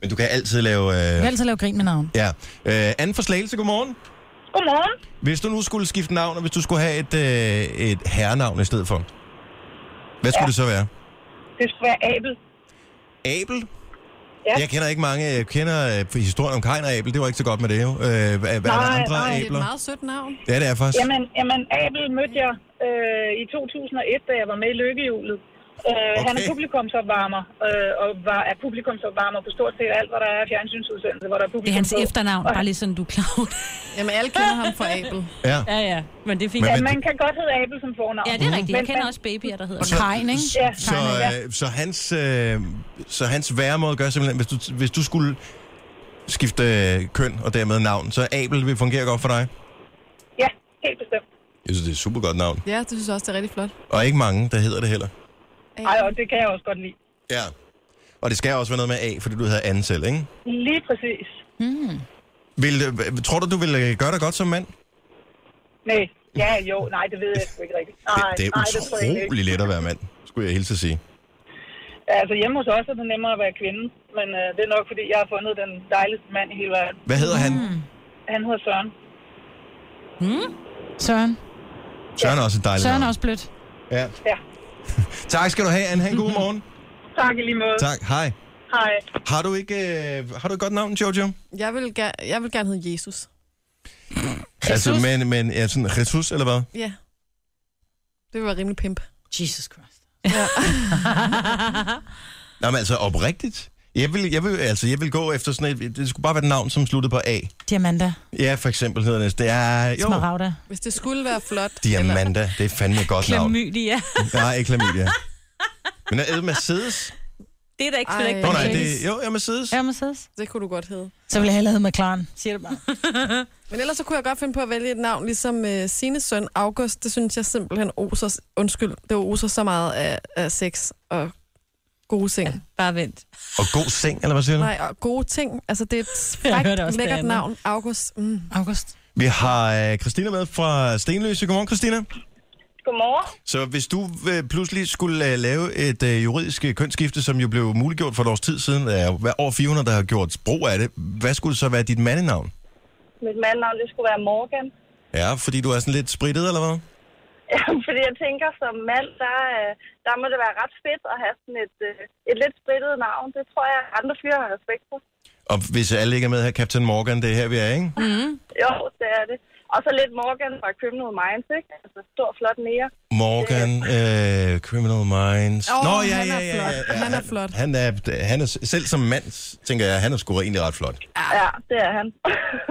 Men du kan altid lave...
Jeg kan
Øh,
altid lave grin med navn.
ja. Øh, anden for Slagelse, godmorgen.
Godmorgen.
Hvis du nu skulle skifte navn, og hvis du skulle have et, øh, et herrenavn i stedet for, hvad skulle ja. det så være?
Det skulle være Abel.
Abel?
Ja.
Jeg kender ikke mange. Jeg kender øh, historien om Kajn og Abel. Det var ikke så godt med det jo. Øh, hvad hvad er der
Nej,
andre
nej, det
Det er et
abler?
meget sødt navn.
Ja, det er faktisk.
Jamen, jamen Abel mødte jeg øh, i 2001, da jeg var med i Lykkehjulet. Øh, okay. Han er
Okay.
publikumsopvarmer, øh, og var, er publikumsopvarmer på stort set alt, hvad der er af fjernsynsudsendelse, hvor der er
Det er
publikum
hans
på.
efternavn, bare lige sådan, du er klar over det.
Jamen, alle kender ham for Abel.
Ja.
Ja, ja. Men det fik
Men-
jeg.
Ja, man kan godt hedde Abel som fornavn.
Ja, det er rigtigt. Jeg
Men-
kender
men-
også babyer, der hedder
Og Kajn, ikke?
Ja.
Så, øh, så hans, øh, så hans væremåde gør simpelthen, hvis du, hvis du skulle skifte øh, køn og dermed navn. Så Abel vil fungere godt for dig.
Ja, helt bestemt.
Jeg synes, det er et super godt navn.
Ja, det synes jeg også, det er rigtig flot.
Og ikke mange, der hedder det heller.
Ej, og det kan jeg også godt lide.
Ja. Og det skal også være noget med A, fordi du hedder Anne selv, ikke?
Lige præcis.
Vil, øh, tror du, du vil øh, gøre dig godt som mand?
Nej, ja, jo, nej, det ved jeg sgu ikke rigtigt. Nej,
det, det er
nej, det tror jeg egentlig ikke.
utrolig let at være mand, skulle jeg hilse at sige.
Ja, Altså hjemme hos os er det nemmere at være kvinde, men øh, det er nok fordi, jeg har fundet den dejligste mand i hele verden.
Hvad hedder han?
Mm.
Han hedder Søren.
Søren.
Søren er også et dejligt
Søren er
navn.
også blødt.
Ja.
Ja.
Tak skal du have, Anne. Ha' en
Mhm.
god morgen.
Tak i lige måde.
tak. Hej.
Hej.
Har du ikke øh, har du et godt navn, Jojo?
Jeg vil, ger- jeg vil gerne hedde Jesus.
Altså, men, men ja, sådan Jesus, eller hvad?
Ja. Det vil være rimelig pimp.
Jesus Christ.
Nej, men altså oprigtigt. Jeg vil, jeg vil, altså, jeg vil gå efter sådan et... Det skulle bare være et navn, som sluttede på A.
Diamanda.
Ja, for eksempel hedder det. Det er... Jo,
Smaragda.
Hvis det skulle være flot...
Diamanda. Det er fandme et godt navn.
Klamydia.
Nej, ikke klamydia. Men er det Mercedes?
Det er da ikke slet ikke.
Nå
Ej.
nej, det, jo, ja, Mercedes.
Ja, Mercedes.
Det kunne du godt hedde.
Så vil jeg hellere hedde McLaren. Siger det bare.
Men ellers så kunne jeg godt finde på at vælge et navn, ligesom øh, Sines søn August. Det synes jeg simpelthen oser, undskyld, det oser så meget af, af sex og gode ting. Ja.
Bare vent.
Og god seng, eller hvad siger du?
Nej, og gode ting. Altså, det er et
Jeg
frækt,
hørte også det
lækkert
andet.
navn. August. Mm.
August.
Vi har øh, Christina med fra Stenløse. Godmorgen, Christina.
Godmorgen.
Så hvis du øh, pludselig skulle øh, lave et øh, juridisk øh, kønsskifte, som jo blev muliggjort for et års tid siden, der er hver- over 400, der har gjort brug af det, hvad skulle så være dit mandenavn?
Mit mandnavn, det skulle være Morgan.
Ja, fordi du er sådan lidt spritet, eller hvad?
Ja, fordi jeg tænker, som mand, der, øh, der må det være ret fedt at have sådan et, øh, et lidt sprittet navn. Det tror jeg, andre fyre har respekt for.
Og hvis alle ikke er med her, Captain Morgan, det er her, vi er, ikke?
Jo, det er det. Og så lidt Morgan fra Criminal Minds, ikke? Altså, stor, flot nære.
Morgan, øh, Criminal Minds.
Åh, han er flot. Han er flot.
Han er, han er, selv som mand, tænker jeg, han er sgu egentlig ret flot.
Ja, det er han.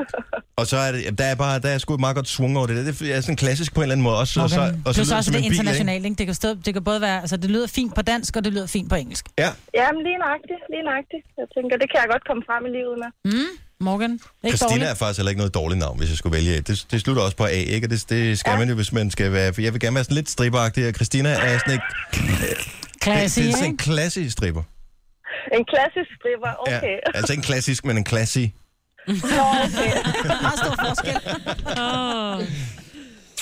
Og så er det, der er bare, der er sgu et meget godt svung over det der. Det er sådan klassisk på en eller anden måde. Også,
Morgan.
og så, og så,
Plus
lyder
også
som
det
en bil, ikke?
internationale, ikke? Det kan, stå, det kan både være, altså det lyder fint på dansk, og det lyder fint på engelsk.
Ja.
Jamen, lige nøjagtigt, lige nøjagtigt. Jeg tænker, det kan jeg godt komme frem i livet med.
Morgan. Ikke
Christina er
dårligt.
faktisk heller ikke noget dårligt navn, hvis jeg skulle vælge. et. Det, det slutter også på A, ikke? Og det, det skal ja. man jo, hvis man skal være... For jeg vil gerne være sådan lidt stripperagtig, og Christina er sådan ikke... Det,
Classy,
det er sådan en
ikke?
klassisk stripper.
En klassisk stripper, okay.
Ja, altså ikke en klassisk, men en classy.
Nå, okay.
Meget stor forskel.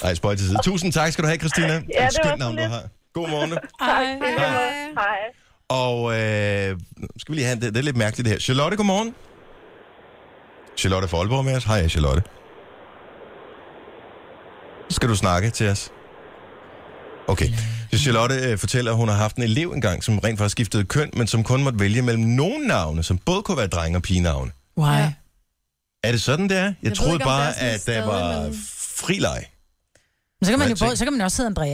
Ej, spøj til side. Tusind tak skal du have, Christina. Ja,
var
det skønt
sådan
navn, du
lidt.
har. God morgen.
Ej,
Hej.
Og øh, nu skal vi lige have... Det, det er lidt mærkeligt det her. Charlotte, godmorgen. Charlotte fra Aalborg er med os. Hej, Charlotte. Skal du snakke til os? Okay. Så Charlotte øh, fortæller, at hun har haft en elev engang, som rent faktisk skiftede køn, men som kun måtte vælge mellem nogle navne, som både kunne være drenge og pigenavne.
Why?
Ja.
Er det sådan, det er? Jeg, jeg
ved
troede
ikke, om
bare,
der er sådan
at der
stadig
var
nogen.
frileg.
Men så kan man jo
Nej,
både,
tænk.
så kan man også hedde Andrea.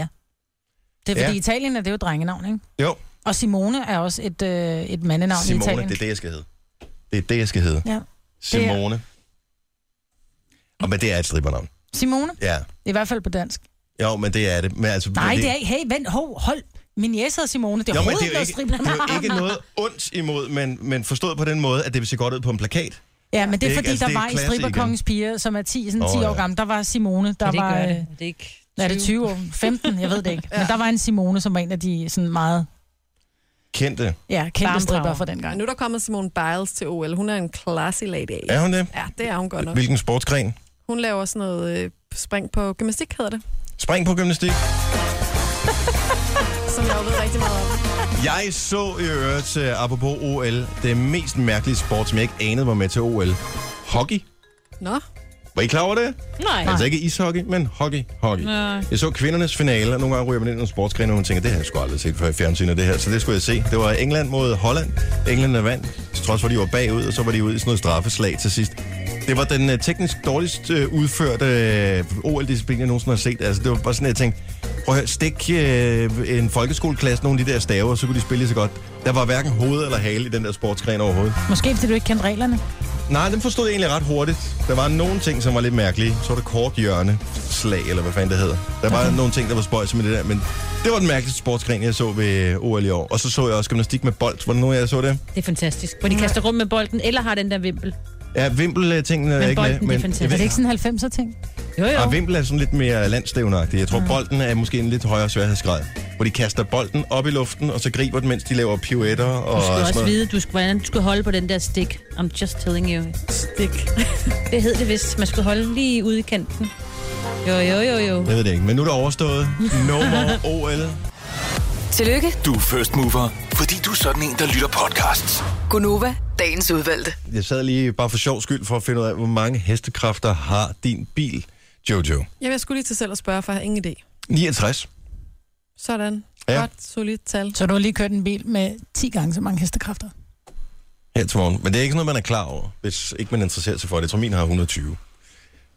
Det er fordi
Ja.
i Italien er det jo et drengenavn, ikke?
Jo,
Og Simone er også et, øh, et mandenavn i
Simone,
Italien.
det er det, jeg skal hedde. Det er det, jeg skal hedde.
Ja.
Simone. Og men det er et stribernavn.
Simone,
Ja.
i hvert fald på dansk.
Jo, men det er det. Men altså,
Nej, det er ikke. Hey, vent, hov, hold. Min jæs hedder Simone. Det er
Jo, men
overhovedet
det er, jo
ikke
ikke,
noget
det er jo
stribernavn.
ikke noget ondt imod, men, men forstået på den måde, at det vil se godt ud på en plakat.
Ja, men det
Det
er,
er ikke-
fordi,
altså,
der
det er
var i
klasse
Striberkongens piger, som er 10, sådan
Åh,
10 år
ja.
gammel. Der var Simone, der
Der det
var...
gør
øh,
det. Det er ikke
Er det 20 år? 15? Jeg ved det ikke. ja. Men der var en Simone, som var en af de sådan meget
Kendte.
ja, kendte
Varmdrager.
stripper fra den gang.
Nu er der kommet Simone Biles til OL. Hun er en classy lady.
Er hun det?
Ja, det er hun godt nok.
Hvilken sportsgren?
Hun laver sådan noget øh, spring på gymnastik, hedder det.
Spring på gymnastik.
Som jeg jo ved rigtig meget om.
Jeg så i øvrigt, øh, apropos OL, det mest mærkelige sport, som jeg ikke anede var med til OL. Hockey.
Nå,
Var I klar over det?
Nej.
Altså ikke ishockey, men hockey, hockey. Nej. Jeg så kvindernes finale, og nogle gange ryger man ind i nogle sportsgrene, og man tænker, det har jeg sgu aldrig set før i fjernsynet, det her. Så det skulle jeg se. Det var England mod Holland. England der vandt, til trods for, at de var bagud, og så var de ude i sådan noget straffeslag til sidst. Det var den øh, teknisk dårligst øh, udførte øh, OL-disciplin, jeg nogensinde har set. Altså, det var bare sådan, jeg tænkte, prøv at høre, stik øh, en folkeskoleklasse nogle af de der staver, så kunne de spille lige så godt. Der var hverken hoved eller hale i den der sportsgren overhovedet.
Måske fordi du ikke kendte reglerne.
Nej, den forstod jeg egentlig ret hurtigt. Der var nogle ting, som var lidt mærkelige. Så var det kort hjørne, slag, eller hvad fanden det hedder. Der var nogle ting, der var spøjs med det der, men det var den mærkeligste sportsgren, jeg så ved OL i år. Og så så jeg også gymnastik med bold. Var det nogen af jer, der så det?
Det er fantastisk. Hvor de kaster rum med bolden, eller har den der vimpel.
Ja, vimpeltingene er
Men
ikke med.
bolden, det er fantastisk. Er det ikke sådan en 90'er ting?
Jo, jo.
Og Ah, vimpel er sådan lidt mere landstævnagtig. Jeg tror,
Ah.
bolden er måske en lidt højere sværhedsgrad. Hvor de kaster bolden op i luften, og så griber den, mens de laver pirouetter og
Du skal
sådan
også
noget.
vide, du skal, hvordan du skal holde på den der stik. I'm just telling you.
Stik.
Det hed det vist. Man skulle holde lige ude i kanten. Jo, jo, jo, jo.
Jeg ved det ikke, men nu er det overstået. No more OL.
Tillykke,
Du er first mover, fordi du er sådan en, der lytter podcasts.
Gunova, dagens udvalgte.
Jeg sad lige bare for sjov skyld for at finde ud af, hvor mange hestekræfter har din bil, Jojo?
Jamen, jeg skulle lige til selv at spørge, for jeg har ingen idé.
69.
Sådan.
Ja.
Ja. Godt, solidt tal.
Så du har lige kørt en bil med 10 gange så mange hestekræfter.
her til morgen. Men det er ikke noget, man er klar over, hvis ikke man interesserer sig for det. Jeg tror, min har 120. Det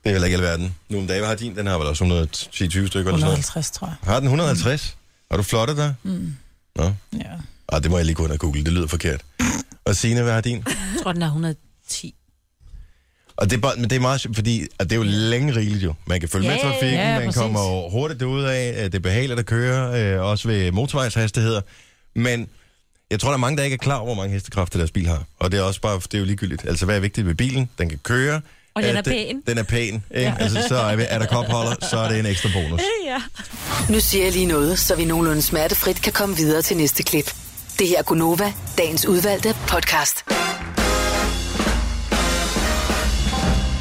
er heller ikke alverden. Nu om dagen har din, den har vel også 110 20 stykker eller sådan noget.
150, tror jeg.
Har den 150? Har du flottet dig? Mm. Nå,
Ja.
Arh, det må jeg lige gå ind og google. Det lyder forkert. Og Signe, hvad har din?
Jeg tror, den er 110.
Og det er, bare, men det er meget sjovt, fordi at det er jo længe rigeligt jo. Man kan følge
Ja,
med
ja, ja,
trafikken,
ja,
man
præcis.
kommer jo hurtigt derude af, det er behageligt at køre, øh, også ved motorvejshastigheder. Men jeg tror, der er mange, der ikke er klar over, hvor mange hestekræfter deres bil har. Og det er også bare, det er jo ligegyldigt. Altså, hvad er vigtigt ved bilen? Den kan køre.
Og den
Øh,
er pæn.
Den er pæn, ikke? Ja. Altså, så er, er der kopholder, så er det en ekstra bonus.
Ja.
Nu siger jeg lige noget, så vi nogenlunde smertefrit kan komme videre til næste klip. Det her er Gunova, dagens udvalgte podcast.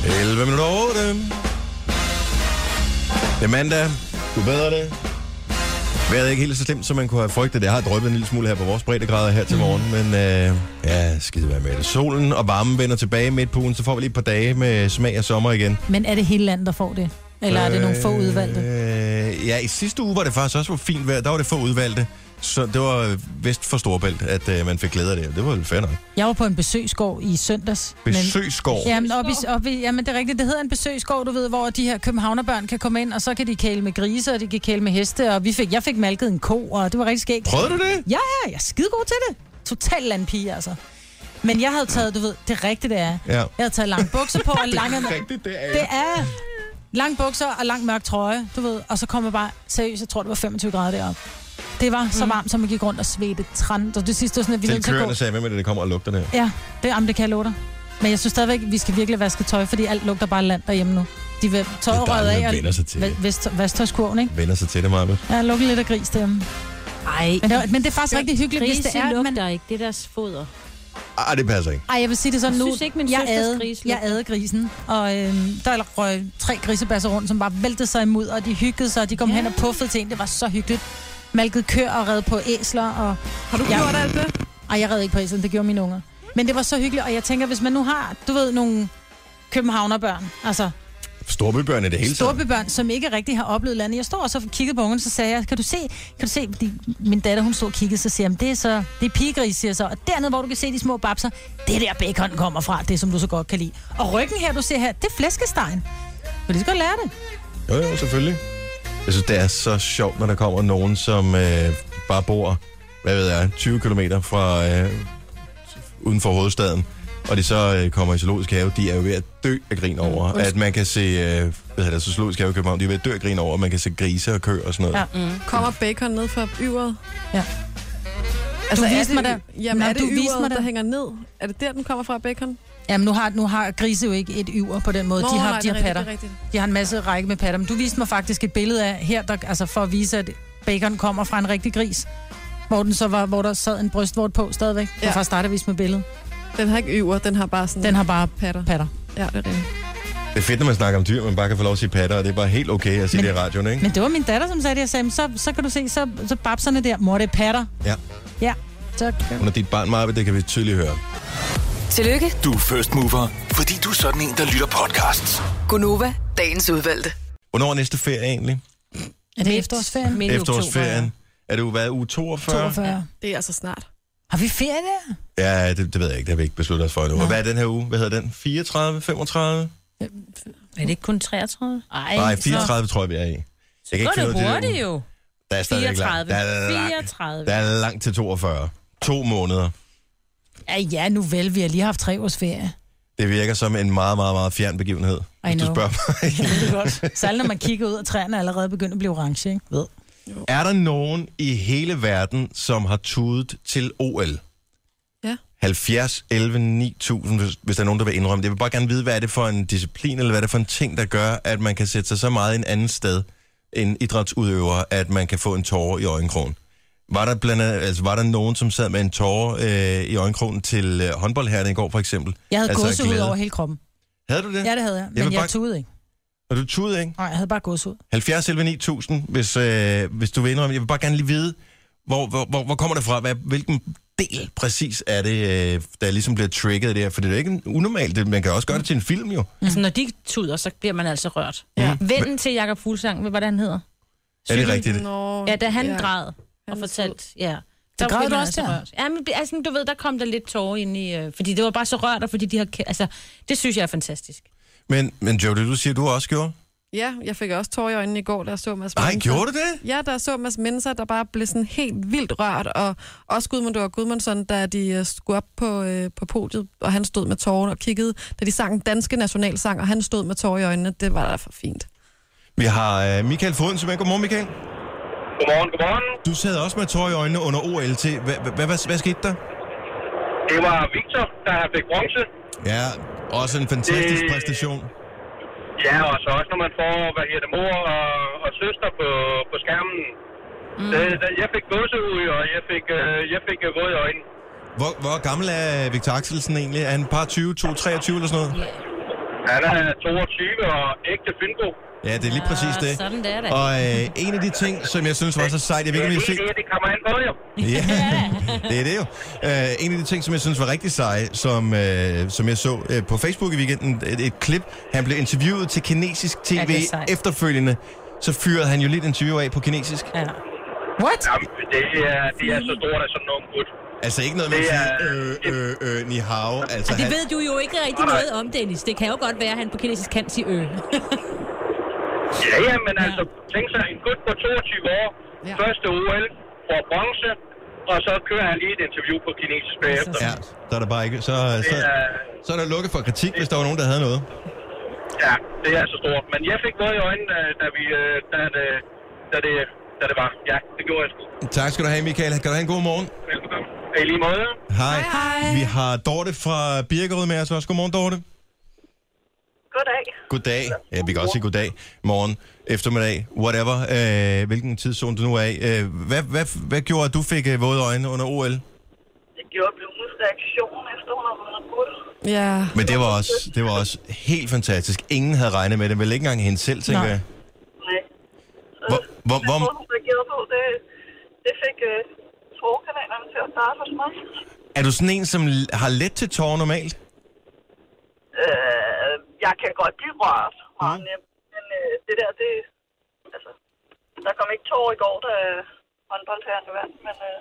11 minutter over 8. Det er mandag. Du bedre det. Vejret er ikke helt så slemt, som man kunne have frygtet. Det har drøbet en lille smule her på vores breddegrader her
Mm.
til morgen, men øh, ja, skide være med det. Solen og varmen vender tilbage midt på ugen, så får vi lige et par dage med smag af sommer igen.
Men er det hele landet, der får det? Eller er det nogle få udvalgte?
Øh, ja, i sidste uge var det faktisk også hvor fint vejr. Der var det få udvalgte, så det var øh, vest for Storbælt, at øh, man fik glæde af det. Det var jo fair nok.
Jeg var på en besøgsgård i søndags.
Besøgsgård.
Men, jamen, op i, op i, jamen, det er rigtigt. Det hedder en besøgsgård, du ved, hvor de her københavnerbørn kan komme ind, og så kan de kæle med grise, og de kan kæle med heste, og vi fik, jeg fik malket en ko, og det var rigtig skægt.
Prøvede du det?
Ja, ja, jeg er skidegod til det. Total landpige, altså. Men jeg havde taget, du ved, det rigtige det er.
Ja.
Jeg havde taget lange bukser på, og lange...
Rigtigt, det
Det er lange bukser og lang mørk trøje, du ved. Og så kom jeg bare, seriøst, jeg tror, det var 25 grader deroppe. Det var så varmt, som man gik rundt og svedte træn. Og det sidste var sådan, at vi er
Til
nødt til at gå.
køerne sagde, hvem er det, der kommer og lugter det her?
Ja, det, jamen, det kan jeg love dig. Men jeg synes stadigvæk, vi skal virkelig vaske tøj, fordi alt lugter bare land derhjemme nu. De vil
Det er
tøjet røget
dejligt,
af
man
og
vender sig til det.
va- vest- vasktøjskurven, ikke?
Vender sig til det, Marve.
Ja, lukker lidt af gris derhjemme.
Ej,
Men, det, var- men det er faktisk rigtig hyggeligt, hvis det
grise
er, at man...
lugter ikke. Det er deres foder.
Ej, Ah, det passer ikke.
Ej, jeg vil sige det sådan
Jeg
nu.
synes ikke, min
jeg
søsters
ade,
gris
jeg
lugter.
ade grisen, og øh, der røg tre grisebasser rundt, som bare væltede sig imod, og de hyggede sig, og de kom
Ja.
ja. hen og puffede til en. Det var så hyggeligt. Malket køer og red på æsler, og...
Har du
Ja.
gjort alt det?
Ej, jeg red ikke på æslen, det gjorde mine unger. Men det var så hyggeligt, og jeg tænker, hvis man nu har, du ved, nogle københavnerbørn, altså
Storbybørn i det hele taget.
storbybørn, som ikke rigtig har oplevet landet. Jeg står også og kiggede på ungen, så sagde jeg, kan du se, kan du se, fordi min datter, hun stod og kiggede, så siger jeg, det er så, det er pigris, siger jeg så, og dernede, hvor du kan se de små babser, det er der bacon kommer fra, det som du så godt kan lide. Og ryggen her, du ser her, det er flæskestegen. Du kan lige så godt lære det.
Jo, jo, selvfølgelig. Jeg synes, det er så sjovt, når der kommer nogen, som øh, bare bor, hvad ved jeg, 20 km fra øh, uden for hovedstaden, og de så øh, kommer i zoologisk have, de er jo ved at dø af grin over, mm, at man kan se, øh, hvad hedder det, så zoologisk have i København, de er ved at dø af grin over, at man kan se grise og køer og sådan noget.
Ja.
Kommer bacon ned fra yveret?
Ja.
Altså,
Du
er
viste mig
det,
det.
Jamen,
Nå,
er det
du
yveret,
viste mig det.
der hænger ned? Er det der, den kommer fra, bacon?
Jamen, nu har, nu har grise jo ikke et yver på den måde. de har,
nej,
de
det er
har
rigtigt,
patter.
det er rigtigt.
De har en masse række med patter. Men du viste mig faktisk et billede af her, der, altså for at vise, at bacon kommer fra en rigtig gris. Hvor, den så var, hvor der sad en brystvort på stadigvæk. Ja.
Ja.
Hvorfor starter vi med billedet?
Den har ikke yver, den har bare sådan...
Den har bare
patter.
patter.
Ja, det er rigtigt.
Det er fedt, når man snakker om dyr, man bare kan få lov at sige patter, og det er bare helt okay at sige
Men-
det i radioen, ikke?
Men det var min datter, som sagde det. Jeg sagde, "Men så, så kan du se, så, så babserne der, mor, det er patter.
Ja.
Ja, så
Under dit barn, Marve, det kan vi tydeligt høre.
Tillykke,
Du er first mover, fordi du er sådan en, der lytter podcasts.
Gunova, dagens udvalgte.
Hvornår er næste ferie egentlig?
er det efterårsferien?
Midt i
Efterårsferien?
oktober,
Er det jo været uge 42?
42.
Det er altså snart.
Har vi ferie der?
Ja, det, det ved jeg ikke. Det har vi ikke besluttet os for endnu.
Nå.
Hvad er den her uge? Hvad hedder den? 34? 35?
ja. Er det ikke kun 33? Ej,
Nej, 34 tror jeg, vi er i. Jeg kan
Så
ikke
går
finde ud af
det hurtigt
det.
jo.
Mm.
Der er stadig ikke langt.
34.
Der er langt.
34.
Der er langt til 42. To måneder.
Ja, ja, nu vel. Vi har lige haft tre års ferie.
Det virker som en meget, meget, meget fjern begivenhed.
I
Hvis du
know.
spørger mig.
Det er godt. Særligt, når man kigger ud, og træerne er allerede begyndt at blive orange, ikke? Ved.
Er der nogen i hele verden, som har tudet til OL?
Ja.
70, 11, 9000, hvis, hvis der er nogen, der vil indrømme det. Jeg vil bare gerne vide, hvad er det for en disciplin, eller hvad er det for en ting, der gør, at man kan sætte sig så meget en anden sted end idrætsudøver, at man kan få en tårer i øjenkrogen. Var der, blandt andet, altså, var der nogen, som sad med en tårer øh, i øjenkrogen til øh, håndboldherren i går, for eksempel?
Jeg havde
altså,
altså, gåsehud
glæde.
over hele kroppen.
Havde du det?
Ja, det havde jeg, men
vil
jeg,
bare-
jeg tog ikke.
Og du tudede, ikke?
Nej, jeg havde bare gåsehud.
70 11 9000, hvis, øh, hvis du vil indrømme. Jeg vil bare gerne lige vide, hvor, hvor, hvor, hvor kommer det fra? Hvad, hvilken del præcis er det, øh, der ligesom bliver trigget der? For det er jo ikke en- unormalt. Det- Man kan også gøre det til en film, jo.
Altså, når de tuder, så bliver man altså rørt. Ja. Vennen til Jakob Fuglsang, ved, hvordan han hedder?
Er det rigtigt?
Nå,
Ja, da han ja. græd og fortalte, ja. Der
græd
blev
du
man
også der?
rørt. Ja, men det- altså, du ved, der kom der lidt tårer ind i... Øh, fordi det var bare så rørt, og fordi de har... kæ- Altså, det synes jeg er fantastisk.
Men, men Joe, det du siger, du også gjorde.
Ja, jeg fik også tårer i øjnene i går, da jeg så Mads
Nej,
Mensa.
gjorde du det?
Ja, der så Mads Mensa, der bare blev sådan helt vildt rørt, og også Gudmund og Gudmundsson, da de øh, skulle op på, øh, på podiet, og han stod med tårer og kiggede, da de sang den danske nationalsang, og han stod med tårer i øjnene. Det var da for fint.
Vi har øh, Michael Foden som er. Godmorgen, Michael.
Godmorgen, godmorgen.
Du sad også med tårer i øjnene under OLT. Hvad, hvad, hvad, hvad, hvad skete der?
Det var Victor, der fik bronze.
Ja, også en fantastisk
Øh.
præstation.
Ja, og så også når man får, hvad hedder det, mor og, og søster på, på skærmen. Mm. Det, det, jeg fik gåsehud, og jeg fik, øh, jeg fik øh, våde øjne.
Hvor, hvor gammel er Victor Axelsen egentlig? Er han par 20, 2, 23 eller sådan noget?
Han er 22 og ægte fynbo.
Ja, det er lige præcis
Og
det.
Sådan der, da.
Og øh, en af de ting, som jeg synes var så sejt, jeg ved
Det er
ikke, om I har
lige
set...
det, det kommer an på, jo.
Ja, det er det jo. Uh, en af de ting, som jeg synes var rigtig seje, som, uh, som jeg så uh, på Facebook i weekenden, et, et klip, han blev interviewet til kinesisk
Ja,
tv
det er sejt.
efterfølgende, så fyrede han jo lidt interview af på kinesisk.
Ja.
What?
Jamen, det er, det er så stort af sådan nogle gut.
Altså ikke noget med at
Det
sige, øh, øh, øh, ni hao. Altså,
Og det
han,
ved du jo ikke rigtig noget om, Dennis. Det kan jo godt være, at han på kinesisk kan sige øh. ø.
Ja, ja, men altså, tænk sig en gut på 22 år,
Ja.
ja. første OL, får bronze, og så kører han lige et interview på kinesisk bagefter.
ja, så er der bare ikke... Så, så,
Det er,
så er der lukket for kritik, hvis der var nogen, der havde noget.
ja, det er så stort. Men jeg fik våde i øjnene, da, da, vi, øh, da, det, da, det, da det var. Ja, det gjorde jeg sgu.
Tak skal du have, Michael. Kan du have en god morgen?
Velkommen. I lige måde.
Hej. Hej. Vi har Dorte fra Birkerød med os også. Godmorgen, Dorte.
Goddag.
Goddag. Ja, vi kan også sige goddag. Morgen, eftermiddag, whatever. Øh, hvilken tidszone du nu er i. Øh, hvad, hvad, hvad gjorde, at du fik øh, våde øjne under OL?
Det gjorde Blumens reaktion efter 100 måneder guld.
Ja,
Men det var også, det var også helt fantastisk. Ingen havde regnet med det. Vel ikke engang hende selv, tænker
Nej.
jeg.
Nej.
Hvor, hvor,
Den måde,
hvor,
hun reagerede på, det, det fik øh, tårerkanalerne til at starte hos mig.
er du sådan en, som l- har let til tårer normalt?
Øh, jeg kan godt blive rørt meget
Mm.
nemt, men øh, det der, det... Altså, der kom ikke tårer i går, da håndboldherrene vandt, men øh,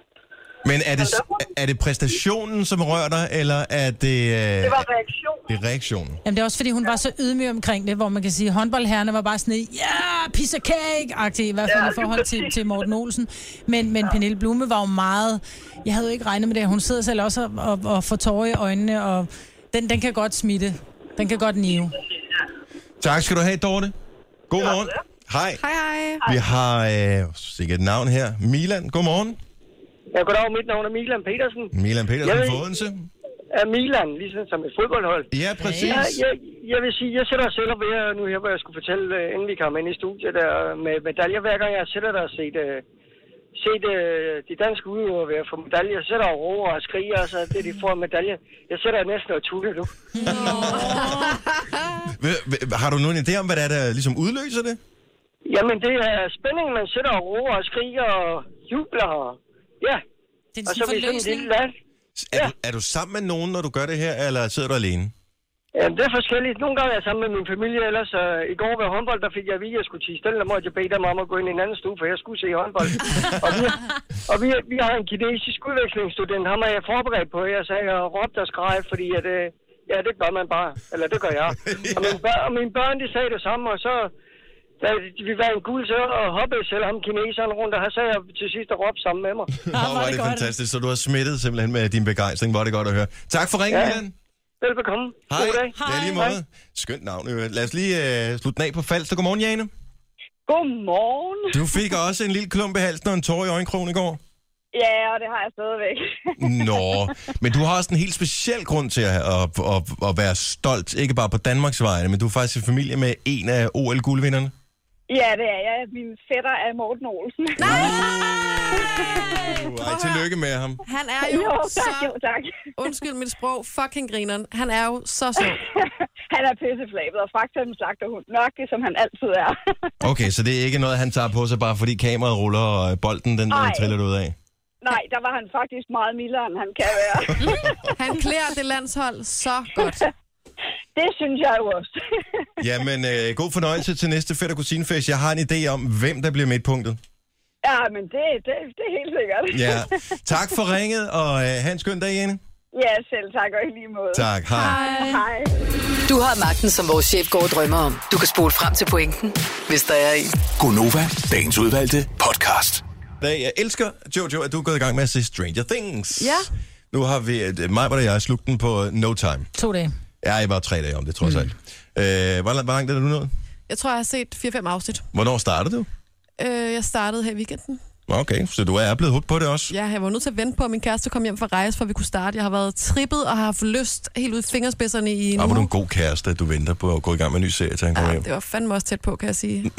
Men er det, s- er det præstationen, som rører dig, eller er det, øh,
det var reaktionen.
det er reaktionen?
Jamen, det er også, fordi hun var så ydmyg omkring det, hvor man kan sige, at håndboldherrene var bare sådan, et, ja, yeah, piece of cake-agtigt, i hvert fald
Ja,
i forhold
lige
til,
præcis.
til Morten Olsen. Men, men Pernille Blume var jo meget... Jeg havde jo ikke regnet med det. Hun sidder selv også og, og, og får tårer i øjnene, og den, den kan godt smitte. Den kan godt nive.
Tak skal du have, Dorte. God morgen. Hej.
hej hej.
Vi har øh, sikkert et navn her. Milan, godmorgen.
Ja, goddag. Mit navn er Milan Petersen.
Milan Petersen
Jeg ved-
fra Odense.
Er Milan, ligesom som et fodboldhold.
Ja, præcis.
Ja, jeg, jeg vil sige, jeg sætter selv op her nu her, hvor jeg skulle fortælle, øh, inden vi kom ind i studiet der, med medaljer. Hver gang jeg sætter der og set, øh, set øh, de danske udøvere ved at få medaljer, så sætter jeg og råber og skriger, og så det, de får en medalje. Jeg sætter næsten og tuller nu.
Hva- hva- Har du nogen idé om, hvad det er, der ligesom udløser det?
Jamen, det er spænding, man sætter og råber og skriger og jubler. Og, ja,
Det er
og så
sådan
er vi sådan
en
et
forløsning.
lille land.
Er, du, er du sammen med nogen, når du gør det her, eller sidder du alene?
Ah, Jamen, det er forskelligt. Nogle gange er jeg sammen med min familie, ellers øh, i går ved håndbold, der fik jeg at vide, at jeg skulle tige stille, der måtte jeg bede dem om at gå ind i en anden stue, for jeg skulle se håndbold. og vi, og vi, vi har en kinesisk udvekslingsstudent, ham er jeg forberedt på, jeg sagde, jeg råbte og skreg, fordi at, øh, ja, det gør man bare, eller det gør jeg. og, mine børn, og mine børn, de sagde det samme, og så da vi var en gul så og hoppede selv ham kineseren rundt, og han sagde jeg til sidst og råbte sammen med mig.
Hvor var det fantastisk. Så du har smittet simpelthen med din begejstring. Hvor er det godt at høre. Tak for ringen,
Ja.
Milan.
Velbekomme.
Hej.
God dag.
Ja, lige måde. Skønt navn. i øvrigt. Lad os lige øh, slutte den af på falsk. Godmorgen, Jane.
Godmorgen.
Du fik også en lille klump i halsen og en tår i øjenkrogen i går.
Ja, og det har jeg stadigvæk.
Nå, men du har også en helt speciel grund til at, at, at, at være stolt, ikke bare på Danmarks vegne, men du er faktisk i familie med en af OL-guldvinderne.
ja, det er jeg. Min fætter er Morten Olsen. Nej!
Ej, tillykke med ham.
Han er jo,
Jo, tak,
så...
jo, tak.
Undskyld mit sprog, fucking grineren. Han er jo så sød.
han er pisseflabet og fragter en slagterhund. Nok det, som han altid er.
Okay, så det er ikke noget, han tager på sig, bare fordi kameraet ruller, og øh, bolden den
Ej.
Ej. triller ud af.
Nej, der var han faktisk meget mildere, end han kan være.
Han klæder det landshold så godt.
det synes jeg jo også.
Jamen, øh, god fornøjelse til næste fedt og kusinefest. Jeg har en idé om, hvem der bliver midtpunktet.
ja, men det, det, det er helt sikkert.
Ja. Tak for ringet, og øh, have en skøn dag, Jene.
ja, selv tak og i lige måde.
Tak, hej.
Hej.
Du har magten, som vores chef går og drømmer om. Du kan spole frem til pointen, hvis der er en.
Gonova, dagens udvalgte podcast.
dag. Jeg elsker, Jojo, at du er gået i gang med at se Stranger Things.
Ja.
Nu har vi, øh, mig og jeg slugt den på No Time.
To dage.
Ja, jeg var tre dage om det, trods alt. Øh, hvor, lang- hvor langt er det nu nået?
Jeg tror, jeg har set 4-5 afsnit.
Hvornår startede du?
Øh, jeg startede her i weekenden.
Nå, Okay, så du er blevet hugt på det også.
Ja, jeg var nødt til at vente på, at min kæreste kom hjem fra rejse, for at vi kunne starte. Jeg har været trippet og har haft lyst helt ud i fingerspidserne i en
Og var du en
uge.
god kæreste, at du venter på at gå i gang med en ny serie, til han kommer
Ja,
hjem.
det var fandme også tæt på, kan jeg sige.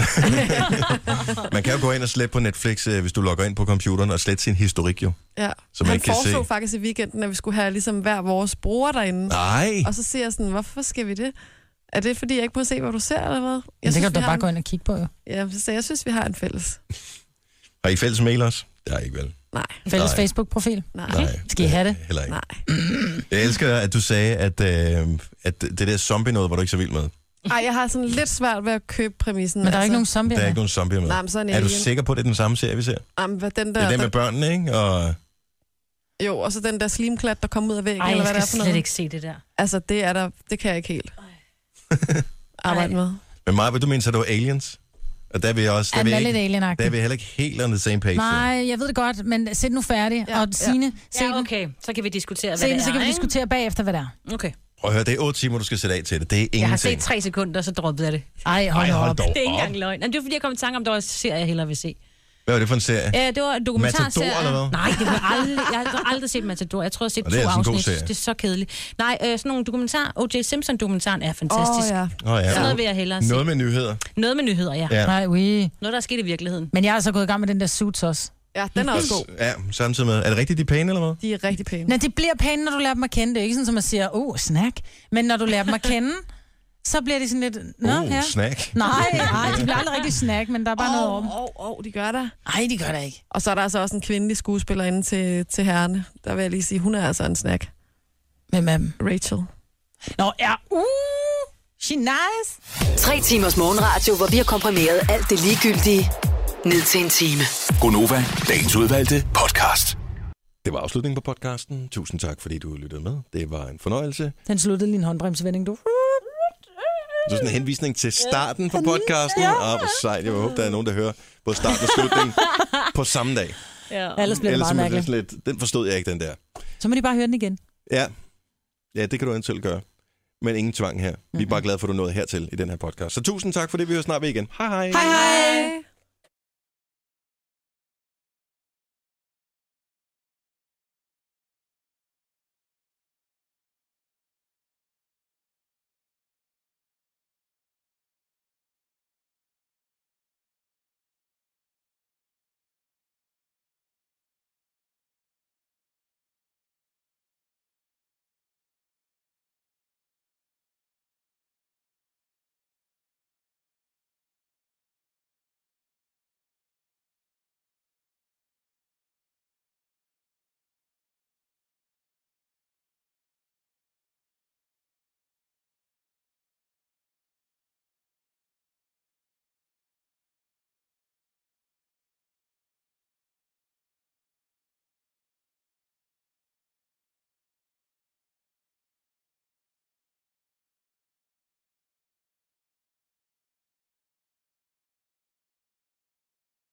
Man kan jo gå ind og slette på Netflix, øh, hvis du logger ind på computeren og slette sin historik jo.
Ja.
Så man
han
kan
foreslog
se-
faktisk i weekenden, at vi skulle have ligesom hver vores bruger derinde.
Nej.
Og så siger jeg sådan, hvorfor skal vi det? Er det, fordi jeg ikke må se, hvad du ser, eller hvad? Jeg
Jeg det kan
vi
du da
har
bare
en-
gå ind og kigge på, jo.
Ja, så sagde jeg, jeg synes, vi har en fælles.
Har I fælles mail også? Det har I ikke vel.
Nej.
Fælles
Nej.
Facebook-profil.
Nej.
Nej.
Skal I have det?
Heller ikke.
Nej.
Jeg elsker, at du sagde, at, øh, at det der zombie noget, var du ikke så vild med.
Ej, jeg har sådan lidt svært ved at købe præmissen.
Men der er ikke nogen
Der
zombier
er
med.
ikke nogen zombier med.
Nej, men så altså, er en
er du
alien.
sikker på, at det er den samme serie, vi ser?
Jamen, hvad den
Det
der...
er den med
der
børnene, ikke? Og...
jo, og så den der slimklat, der kommer ud af væggen,
Ej,
eller
jeg
hvad det
skal
er for
slet
noget.
ikke se det der.
Altså, det er der... Det kan jeg ikke helt arbejde med.
Men Maja, vil du mener, at det var Aliens? Og der vil jeg også... Der
Ja,
vil
den
jeg
er lidt
ikke,
alienagtig.
der er vi heller ikke helt on the same page. så.
Nej, jeg ved det godt, men sæt nu færdig.
Ja,
Ja, og
ja.
Signe, ja. se
Ja,
den.
okay. Så kan vi diskutere, hvad
Se den,
det
så
er,
kan vi
ikke?
diskutere bagefter, hvad der er.
Okay.
Prøv at høre, det er 8 timer, du skal sætte af til det. Det er ingenting.
Jeg har set tre sekunder, så droppede jeg det.
Ej, hold,
Ej,
nu
hold
op.
dog
Det er ikke
op.
engang løgn. Jamen, det var, fordi jeg kom i tanke om, der var en serie, jeg hellere vil se.
Hvad var det for en serie?
Ja, det var en dokumentarserie.
Matador, eller hvad?
Nej, det var aldrig, jeg har aldrig set Matador. Jeg tror, jeg har set
Og det er
to
altså en god
afsnit.
serie.
Det er så kedeligt. Nej, øh, sådan nogle dokumentarer. O.J. Simpson-dokumentaren er fantastisk.
Åh, ja.
Åh oh, ja.
Sådan noget vil jeg hellere se.
Noget med nyheder.
Noget med nyheder, ja.
Ja.
Nej, ui.
Noget, der er sket i virkeligheden.
Men jeg er altså gået i gang med den der suits også.
Ja, den er også god.
Ja, samtidig med. Er det rigtigt, de er pæne, eller hvad?
De er rigtig pæne.
Når de bliver pæne, når du lærer dem at kende. Det er ikke sådan, som man siger, åh, oh, snack. Men når du lærer dem at kende, så bliver de sådan lidt, nå,
uh,
ja.
snack.
Nej, nej, de bliver aldrig rigtig snack, men der er bare oh. noget over dem.
Åh, oh, oh, de gør det.
Ej, de gør det ikke.
Og så er der altså også en kvindelig skuespillerinde til, til herrene. Der vil jeg lige sige, hun er altså en snack.
Hvem er dem?
Rachel.
Nå, ja, uh, she nice.
Tre timers morgenradio, hvor vi har komprimeret alt det ligegyldige ned til en time.
Gonova, dagens udvalgte podcast.
Det var afslutningen på podcasten. Tusind tak, fordi du lyttede med. Det var en fornøjelse.
Den sluttede lige en håndbremsevending, du.
Så sådan en henvisning til starten på podcasten. Ah, hvor sejt. Jeg håber, der er nogen, der hører både starten og slutningen på samme dag.
Ellers bliver det
Ellers
meget
er man
mærkeligt.
sådan lidt, den forstod jeg ikke, den der.
Så må de bare høre den igen.
Ja. ja, det kan du eventuelt gøre. Men ingen tvang her. Vi er bare glade for, at du nåede hertil i den her podcast. Så tusind tak for det. Vi hører snart ved igen. Hej hej.
Hej.